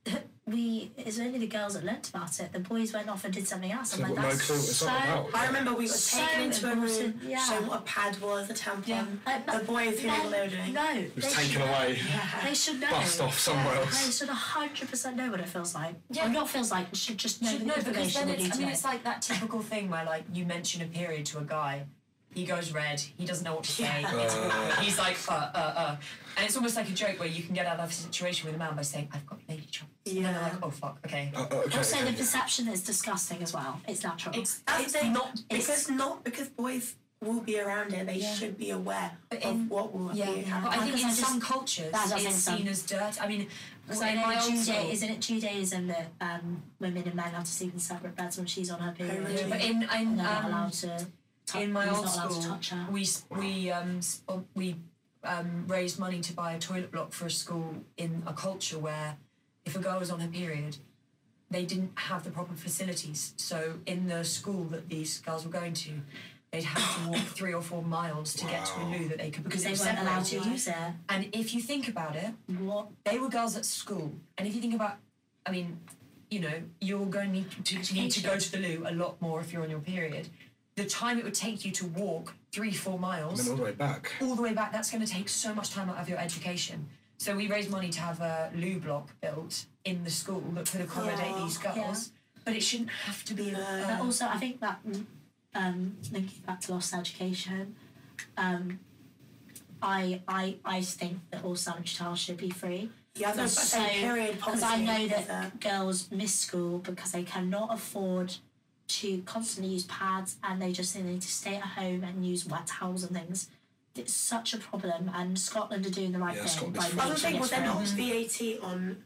Speaker 3: we, it's only the girls that learnt about it. The boys went off and did something else. I'm
Speaker 1: They've
Speaker 3: like,
Speaker 1: got no
Speaker 3: that's
Speaker 1: clue what it's
Speaker 3: so,
Speaker 1: all about.
Speaker 4: I remember we were
Speaker 3: So
Speaker 4: taken into a room,
Speaker 3: important, yeah.
Speaker 4: shown what a pad was, a tampon.
Speaker 2: Yeah.
Speaker 3: um,
Speaker 2: Uh,
Speaker 3: Like,
Speaker 4: The
Speaker 3: but
Speaker 4: boys who knew what they were
Speaker 3: men-
Speaker 4: doing.
Speaker 3: No.
Speaker 1: It
Speaker 3: they
Speaker 1: was taken
Speaker 3: should know.
Speaker 1: away,
Speaker 4: Yeah.
Speaker 3: They should know.
Speaker 1: bust off somewhere
Speaker 3: They
Speaker 1: else.
Speaker 3: should 100% know what it feels like.
Speaker 2: Yeah.
Speaker 3: Or not feels like, should just know
Speaker 2: should
Speaker 3: the
Speaker 2: know because
Speaker 3: information
Speaker 2: then
Speaker 3: they need
Speaker 2: it's, I
Speaker 3: to
Speaker 2: mean,
Speaker 3: know.
Speaker 2: it's like that typical thing where like you mention a period to a guy, he goes red, he doesn't know what to say, it's awkward, he's like uh uh uh, and it's almost like a joke where you can get out of a situation with a man by saying I've got lady troubles, and then they're
Speaker 4: Yeah.
Speaker 2: like oh fuck okay,
Speaker 1: Uh, uh, okay,
Speaker 3: also,
Speaker 1: okay.
Speaker 3: the perception is disgusting as well. It's natural.
Speaker 2: it's
Speaker 4: That's
Speaker 2: it's
Speaker 4: the thing,
Speaker 2: not
Speaker 4: because not because boys will be around it. They
Speaker 2: Yeah.
Speaker 4: should be aware
Speaker 2: But in-
Speaker 4: of what will
Speaker 2: yeah, but
Speaker 4: be
Speaker 2: I
Speaker 4: happening.
Speaker 2: think in
Speaker 3: Because I just-
Speaker 2: some cultures
Speaker 3: That's what I
Speaker 2: it's
Speaker 3: think,
Speaker 2: seen as dirt. I mean,
Speaker 3: Well,
Speaker 2: like
Speaker 3: in
Speaker 2: my
Speaker 3: Juda-
Speaker 2: uncle-
Speaker 3: isn't it Judaism that um, women and men have to sleep in separate beds when she's on her period?
Speaker 4: really?
Speaker 2: yeah, but in in
Speaker 3: and they're not
Speaker 2: um,
Speaker 3: allowed to. Touch,
Speaker 2: in my
Speaker 3: he's
Speaker 2: old
Speaker 3: not allowed to
Speaker 2: school,
Speaker 3: touch her.
Speaker 2: we s- we um s- uh, we um raised money to buy a toilet block for a school in a culture where if a girl was on her period, they didn't have the proper facilities. So in the school that these girls were going to, they'd have to walk three or four miles to get to a loo that they could because
Speaker 3: they
Speaker 2: they were
Speaker 3: weren't allowed to
Speaker 2: separated.
Speaker 3: use it.
Speaker 2: And if you think about it,
Speaker 3: What?
Speaker 2: they were girls at school, and if you think about, I mean, you know, you're going to need to, to need to go to the loo a lot more if you're on your period. The time it would take you to walk three, four
Speaker 1: And then
Speaker 2: miles
Speaker 1: all the way back.
Speaker 2: all the way back, that's going to take so much time out of your education. So we raised money to have a loo block built in the school that could accommodate
Speaker 4: Yeah,
Speaker 2: these girls, but it shouldn't have to be.
Speaker 4: No.
Speaker 3: But
Speaker 2: Uh,
Speaker 3: also, I think that um, linking back to lost education, um, I I I think that all sanitary towels should be free.
Speaker 4: Yeah, I was about to say period
Speaker 3: because I
Speaker 4: poverty
Speaker 3: know
Speaker 4: is uh,
Speaker 3: that
Speaker 4: a-
Speaker 3: girls miss school because they cannot afford to constantly use pads and they just think they need to stay at home and use wet towels and things. It's such a problem, and Scotland are doing the right
Speaker 1: Yeah,
Speaker 3: thing.
Speaker 1: Scotland's
Speaker 3: by
Speaker 1: free.
Speaker 4: Other
Speaker 3: making
Speaker 4: thing
Speaker 3: it
Speaker 4: was they're
Speaker 3: free.
Speaker 4: not VAT on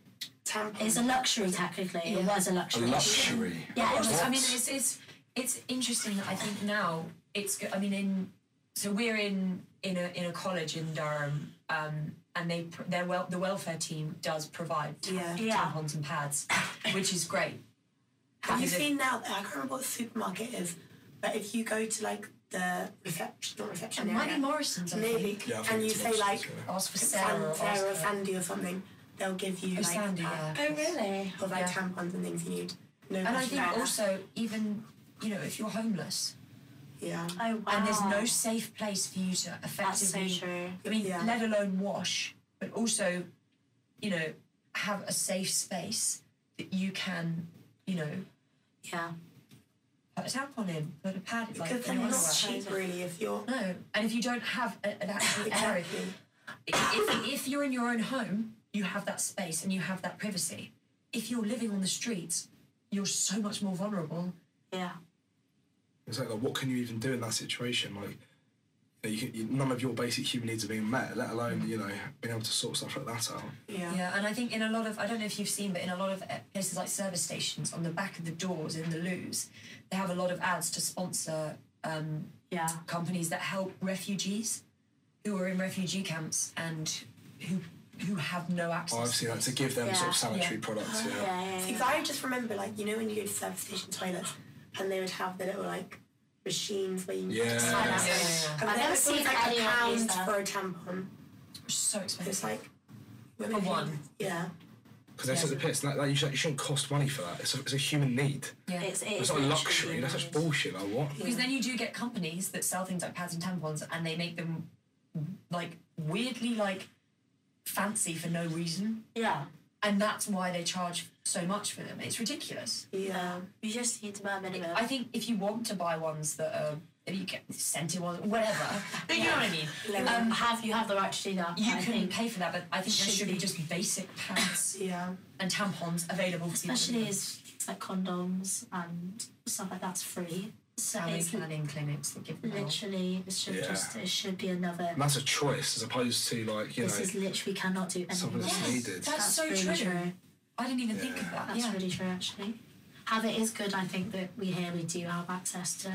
Speaker 4: tampons.
Speaker 3: It's a luxury, technically. It was a
Speaker 1: A
Speaker 3: luxury.
Speaker 1: luxury.
Speaker 3: Yeah, it
Speaker 2: Well,
Speaker 3: was-
Speaker 2: I mean, it's it's it's interesting that I think now it's. go- I mean, in so we're in in a in a college in Durham, um, and they pr- their well the welfare team does provide ta-
Speaker 4: Yeah.
Speaker 3: Yeah.
Speaker 2: tampons and pads, which is great.
Speaker 4: Have you
Speaker 2: Because it-
Speaker 4: seen now? I can't remember what supermarket it is, but if you go to like the reception, not reception
Speaker 2: It might be
Speaker 4: area,
Speaker 2: Morrison's, I
Speaker 4: maybe,
Speaker 2: think.
Speaker 1: Yeah, I think
Speaker 4: and you
Speaker 1: it's
Speaker 4: say
Speaker 1: Morrison's,
Speaker 4: like
Speaker 1: yeah.
Speaker 2: Ask for Sarah.
Speaker 4: San-
Speaker 2: or
Speaker 4: Sarah or
Speaker 2: ask her.
Speaker 4: Sandy or something, they'll give you
Speaker 2: Oh,
Speaker 4: like
Speaker 2: Sandy,
Speaker 4: that.
Speaker 2: yeah.
Speaker 3: Oh, really?
Speaker 4: Or like
Speaker 2: Yeah.
Speaker 4: tampons and things you need. No
Speaker 2: And I
Speaker 4: question
Speaker 2: think
Speaker 4: about that.
Speaker 2: also even you know if you're homeless,
Speaker 4: Yeah.
Speaker 3: Oh wow.
Speaker 2: and there's
Speaker 4: Ah.
Speaker 2: no safe place for you to
Speaker 3: That's so
Speaker 2: effectively.
Speaker 3: true.
Speaker 2: I mean,
Speaker 4: Yeah.
Speaker 2: let alone wash, but also, you know, have a safe space that you can, you know,
Speaker 3: Yeah.
Speaker 2: put a tampon in, put a pad in, like
Speaker 4: Because
Speaker 2: you
Speaker 4: then
Speaker 2: know,
Speaker 4: you're not
Speaker 2: whatever.
Speaker 4: cheap, really, if you're.
Speaker 2: No, and if you don't have a, an actual area,
Speaker 4: Exactly.
Speaker 2: if, if you're in your own home, you have that space and you have that privacy. If you're living on the streets, you're so much more vulnerable.
Speaker 3: Yeah.
Speaker 1: Exactly. Like, what can you even do in that situation? Like, you know, you can, you, none of your basic human needs are being met, let alone you know being able to sort stuff like that out.
Speaker 4: Yeah.
Speaker 2: Yeah, and I think in a lot of, I don't know if you've seen, but in a lot of eh, places like service stations, on the back of the doors in the loos, they have a lot of ads to sponsor um,
Speaker 3: Yeah.
Speaker 2: companies that help refugees who are in refugee camps and who who have no access.
Speaker 1: I've seen that to give them sort of
Speaker 3: Yeah.
Speaker 1: sanitary
Speaker 2: Yeah.
Speaker 1: products. Yeah.
Speaker 3: Yeah. yeah,
Speaker 4: Because
Speaker 3: yeah.
Speaker 4: I just remember, like, you know, when you go to service station toilets and they would have the little, like, machines where you.
Speaker 1: Yeah.
Speaker 3: I
Speaker 1: Yeah,
Speaker 4: Oh,
Speaker 3: know.
Speaker 2: yeah,
Speaker 4: And
Speaker 3: I've
Speaker 4: they
Speaker 3: never
Speaker 4: were
Speaker 3: seen
Speaker 4: like a
Speaker 3: anyone use
Speaker 4: pound
Speaker 3: that.
Speaker 4: for a tampon.
Speaker 2: so
Speaker 4: It's
Speaker 2: expensive.
Speaker 4: like. women
Speaker 2: For
Speaker 4: who-
Speaker 2: one.
Speaker 4: Yeah.
Speaker 1: Because they took the piss. and That, that you, should, you shouldn't cost money for that. It's a, it's a human need.
Speaker 2: yeah.
Speaker 3: It's,
Speaker 1: It's
Speaker 3: it's
Speaker 1: not a
Speaker 3: literally
Speaker 1: luxury. That's such
Speaker 3: amazing.
Speaker 1: bullshit. Like what?
Speaker 2: because then you do get companies that sell things like pads and tampons, and they make them like weirdly like fancy for no reason,
Speaker 3: Yeah.
Speaker 2: and that's why they charge so much for them. It's ridiculous.
Speaker 4: Yeah.
Speaker 3: You just need to buy a minimum.
Speaker 2: I think if you want to buy ones that are that you get scented ones, whatever, but you know what I mean.
Speaker 3: um, have you have the right to do that?
Speaker 2: You
Speaker 3: I
Speaker 2: can
Speaker 3: think.
Speaker 2: pay for that, but I think there
Speaker 3: Should
Speaker 2: should be
Speaker 3: be.
Speaker 2: just basic pads
Speaker 4: Yeah.
Speaker 2: and tampons available to you.
Speaker 3: especially as like condoms and stuff like that's free. So
Speaker 2: family
Speaker 3: it's
Speaker 2: planning clinics that give them out.
Speaker 3: literally it should
Speaker 1: Yeah.
Speaker 3: just it should be another.
Speaker 1: And that's a choice as opposed to like you
Speaker 3: This
Speaker 1: know
Speaker 3: is literally cannot do anything.
Speaker 1: something that's
Speaker 3: else.
Speaker 1: needed.
Speaker 2: That's, so
Speaker 3: really
Speaker 2: true. I didn't even think of
Speaker 1: Yeah.
Speaker 2: that.
Speaker 3: That's
Speaker 2: yeah.
Speaker 3: really true actually. How it is good, I think that we here we do have access to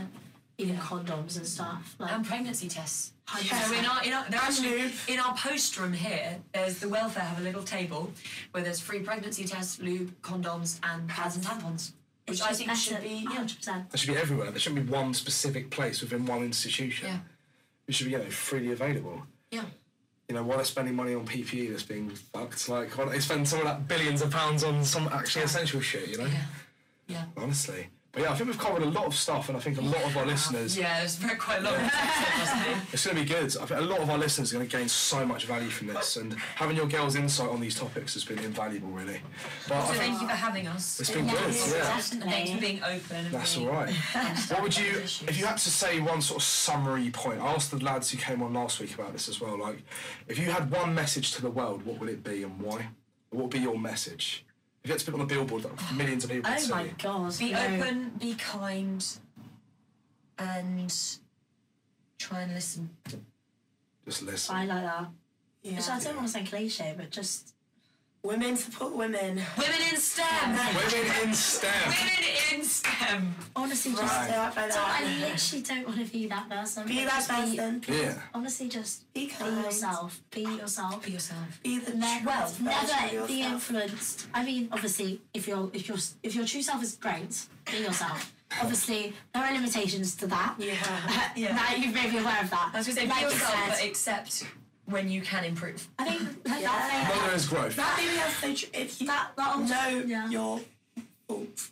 Speaker 3: even condoms and stuff. Like
Speaker 2: and pregnancy tests.
Speaker 3: Yeah.
Speaker 2: So in our, in our, they're actually,
Speaker 4: lube.
Speaker 2: in our post room here, there's the welfare have a little table where there's free pregnancy tests, lube, condoms, and pads and tampons, which
Speaker 3: it's
Speaker 2: I
Speaker 3: just
Speaker 2: think should
Speaker 3: better,
Speaker 2: be yeah.
Speaker 3: 100%.
Speaker 1: That should be everywhere. There shouldn't be one specific place within one institution.
Speaker 2: Yeah.
Speaker 1: It should be you know freely available.
Speaker 2: yeah.
Speaker 1: You know, why they're spending money on PPE that's being fucked, like why don't they spend some of that billions of pounds on some actually essential shit, you know?
Speaker 2: Yeah. Yeah.
Speaker 1: Honestly. But yeah, I think we've covered a lot of stuff and I think a lot of our listeners
Speaker 2: Yeah, there's very quite a lot. Yeah.
Speaker 1: It's going to be good. I think a lot of our listeners are going to gain so much value from this, and having your girls' insight on these topics has been invaluable, really. But I
Speaker 2: so
Speaker 1: think
Speaker 2: thank you for having us.
Speaker 1: it's been good.
Speaker 3: Yes,
Speaker 1: Yeah,
Speaker 3: definitely.
Speaker 2: Thanks for being open. And
Speaker 1: that's all
Speaker 2: being
Speaker 1: right. What would you,
Speaker 2: Issues.
Speaker 1: if you had to say one sort of summary point? I asked the lads who came on last week about this as well. Like, if you had one message to the world, what would it be and why? What would be your message? If you had to put it on a billboard that millions of people would
Speaker 3: Oh
Speaker 1: see,
Speaker 3: my god.
Speaker 2: Be
Speaker 3: no.
Speaker 2: open, be kind, and try and listen.
Speaker 1: just listen.
Speaker 3: I like that.
Speaker 4: Yeah.
Speaker 3: Which I don't want to say cliche, but just
Speaker 4: Women support women.
Speaker 2: Women in STEM!
Speaker 1: Women in STEM.
Speaker 2: Women in STEM!
Speaker 3: honestly just
Speaker 1: Right.
Speaker 4: Stay up like
Speaker 3: I
Speaker 4: that.
Speaker 3: literally don't want to be that person.
Speaker 4: Be
Speaker 3: but
Speaker 4: that
Speaker 3: just be-
Speaker 4: person.
Speaker 1: Yeah.
Speaker 3: Honestly, just
Speaker 4: Be
Speaker 3: be,
Speaker 4: kind.
Speaker 3: yourself. Be yourself.
Speaker 2: Be yourself.
Speaker 4: Be the
Speaker 3: Ne-
Speaker 4: truest
Speaker 3: well,
Speaker 4: version of
Speaker 3: never be
Speaker 4: yourself.
Speaker 3: influenced. I mean, obviously, if your if your if your true self is great, be yourself. Obviously, there are limitations to that.
Speaker 4: Yeah.
Speaker 2: Yeah.
Speaker 3: Now you've made me aware of that.
Speaker 2: I was going to say,
Speaker 3: Like
Speaker 2: be
Speaker 3: you
Speaker 2: yourself,
Speaker 3: said,
Speaker 2: but accept when you can improve.
Speaker 3: I think like
Speaker 4: Yeah.
Speaker 3: that thing.
Speaker 1: Mother is growth.
Speaker 4: That maybe that's so true. If you
Speaker 3: That- that'll-
Speaker 4: know
Speaker 3: yeah.
Speaker 4: your faults.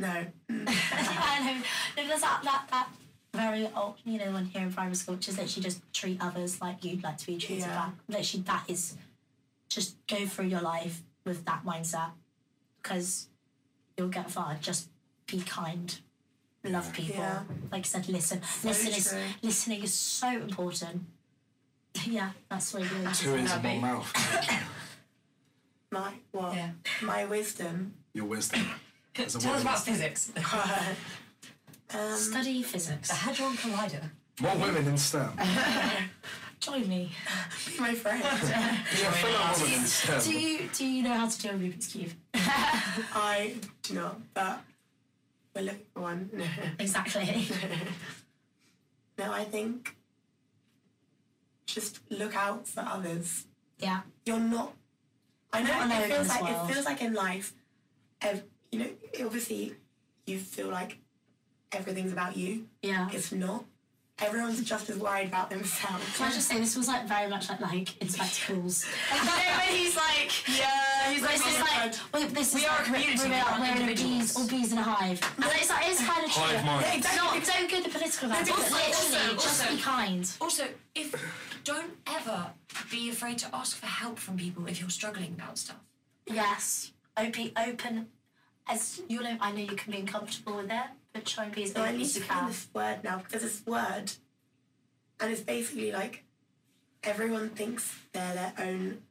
Speaker 4: No.
Speaker 3: I know. No, there's that that that very old, you know, one here in primary school, which is literally just treat others like you'd like to be treated
Speaker 4: Yeah.
Speaker 3: back. Literally, that is just go through your life with that mindset because you'll get far. Just be kind, love people.
Speaker 4: Yeah.
Speaker 3: Like I said, listen. listen is
Speaker 4: true.
Speaker 3: listening is so important. yeah, that's what it is.
Speaker 1: Two ears in one
Speaker 2: That'd be-
Speaker 1: mouth.
Speaker 4: My what?
Speaker 2: Yeah.
Speaker 4: My wisdom.
Speaker 1: Your wisdom. As a
Speaker 2: Tell us
Speaker 1: woman.
Speaker 2: about physics.
Speaker 4: um,
Speaker 3: Study
Speaker 2: The
Speaker 3: physics.
Speaker 2: Hadron Collider.
Speaker 1: More women in STEM.
Speaker 3: Join me.
Speaker 4: be my friend.
Speaker 1: Yeah, fellow women in
Speaker 3: Do
Speaker 1: STEM.
Speaker 3: you do you know how to do a Rubik's cube?
Speaker 4: I do not, but we're looking for one.
Speaker 3: Exactly.
Speaker 4: no, I think just look out for others.
Speaker 3: Yeah.
Speaker 4: You're not. I know
Speaker 3: Not alone
Speaker 4: it
Speaker 3: in
Speaker 4: feels
Speaker 3: this
Speaker 4: like
Speaker 3: world.
Speaker 4: it feels like in life, ev- you know, obviously, you feel like everything's about you.
Speaker 3: Yeah.
Speaker 4: It's not. Everyone's just as worried about themselves.
Speaker 3: Can I just say this was like very much like like in spectacles.
Speaker 2: he's like, yeah, he's
Speaker 3: But it's just like
Speaker 4: had.
Speaker 3: Wait, this
Speaker 2: We
Speaker 3: is
Speaker 2: are a
Speaker 3: like-
Speaker 2: community,
Speaker 3: We're,
Speaker 2: we aren't
Speaker 3: we're in a bees or
Speaker 2: individuals.
Speaker 3: bees in a hive. And it's like it's kind of
Speaker 1: Hive
Speaker 3: true.
Speaker 1: mind.
Speaker 4: Yeah,
Speaker 3: It's
Speaker 4: exactly.
Speaker 3: Not don't get the political about it.
Speaker 2: Also-
Speaker 3: but literally,
Speaker 2: also-
Speaker 3: just
Speaker 2: also-
Speaker 3: be kind.
Speaker 2: Also, if don't ever be afraid to ask for help from people if you're struggling about stuff.
Speaker 3: Yes, open, open. As you know, I know you can be uncomfortable with it, but try and be as
Speaker 4: So I
Speaker 3: open
Speaker 4: need
Speaker 3: as
Speaker 4: to
Speaker 3: you
Speaker 4: find
Speaker 3: can.
Speaker 4: this word now because this word, and it's basically like everyone thinks they're their own,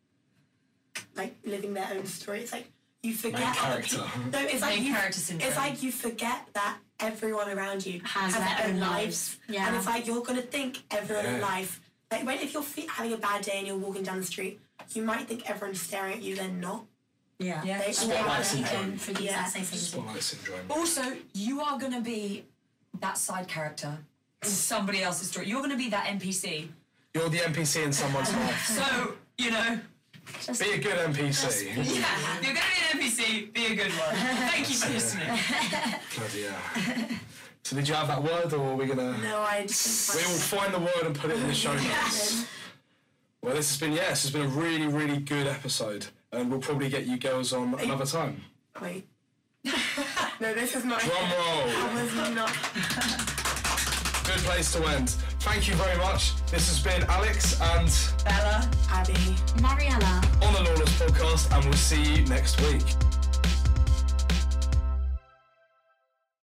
Speaker 4: like living their own story. It's like you forget
Speaker 1: Main
Speaker 4: other
Speaker 1: character.
Speaker 4: peop- No, it's like
Speaker 2: Main
Speaker 4: you,
Speaker 2: character syndrome.
Speaker 4: It's like you forget that everyone around you
Speaker 3: Has their own lives. Yeah.
Speaker 4: and it's like you're gonna think everyone in
Speaker 1: Yeah.
Speaker 4: life. Like when if you're fe- having a bad day and you're walking down the street, you might think everyone's staring at you. They're not.
Speaker 3: Yeah.
Speaker 2: Yeah.
Speaker 4: They all
Speaker 1: Spotlight
Speaker 4: have
Speaker 3: You
Speaker 4: their
Speaker 1: syndrome.
Speaker 4: own.
Speaker 3: can produce
Speaker 4: Yeah.
Speaker 3: that same thing.
Speaker 1: Spotlight syndrome.
Speaker 2: Also, you are gonna be that side character in somebody else's story. You're gonna be that NPC.
Speaker 1: You're the NPC in someone's life.
Speaker 2: So you know,
Speaker 1: Be a good NPC.
Speaker 2: yeah, you're gonna be an NPC. Be a good one. Thank you for listening.
Speaker 1: Bloody hell. So did you have that word, or are we gonna?
Speaker 4: No, I just.
Speaker 1: We will find the word and put it in the show notes. Well, this has been yeah, this has been a really really good episode, and we'll probably get you girls on another time.
Speaker 4: Wait. no, this is not.
Speaker 1: Drum roll.
Speaker 4: This is not.
Speaker 1: Good place to end. Thank you very much. This has been Alex and
Speaker 2: Bella.
Speaker 4: Abby.
Speaker 3: Mariella.
Speaker 1: on the Lawless podcast, and we'll see you next week.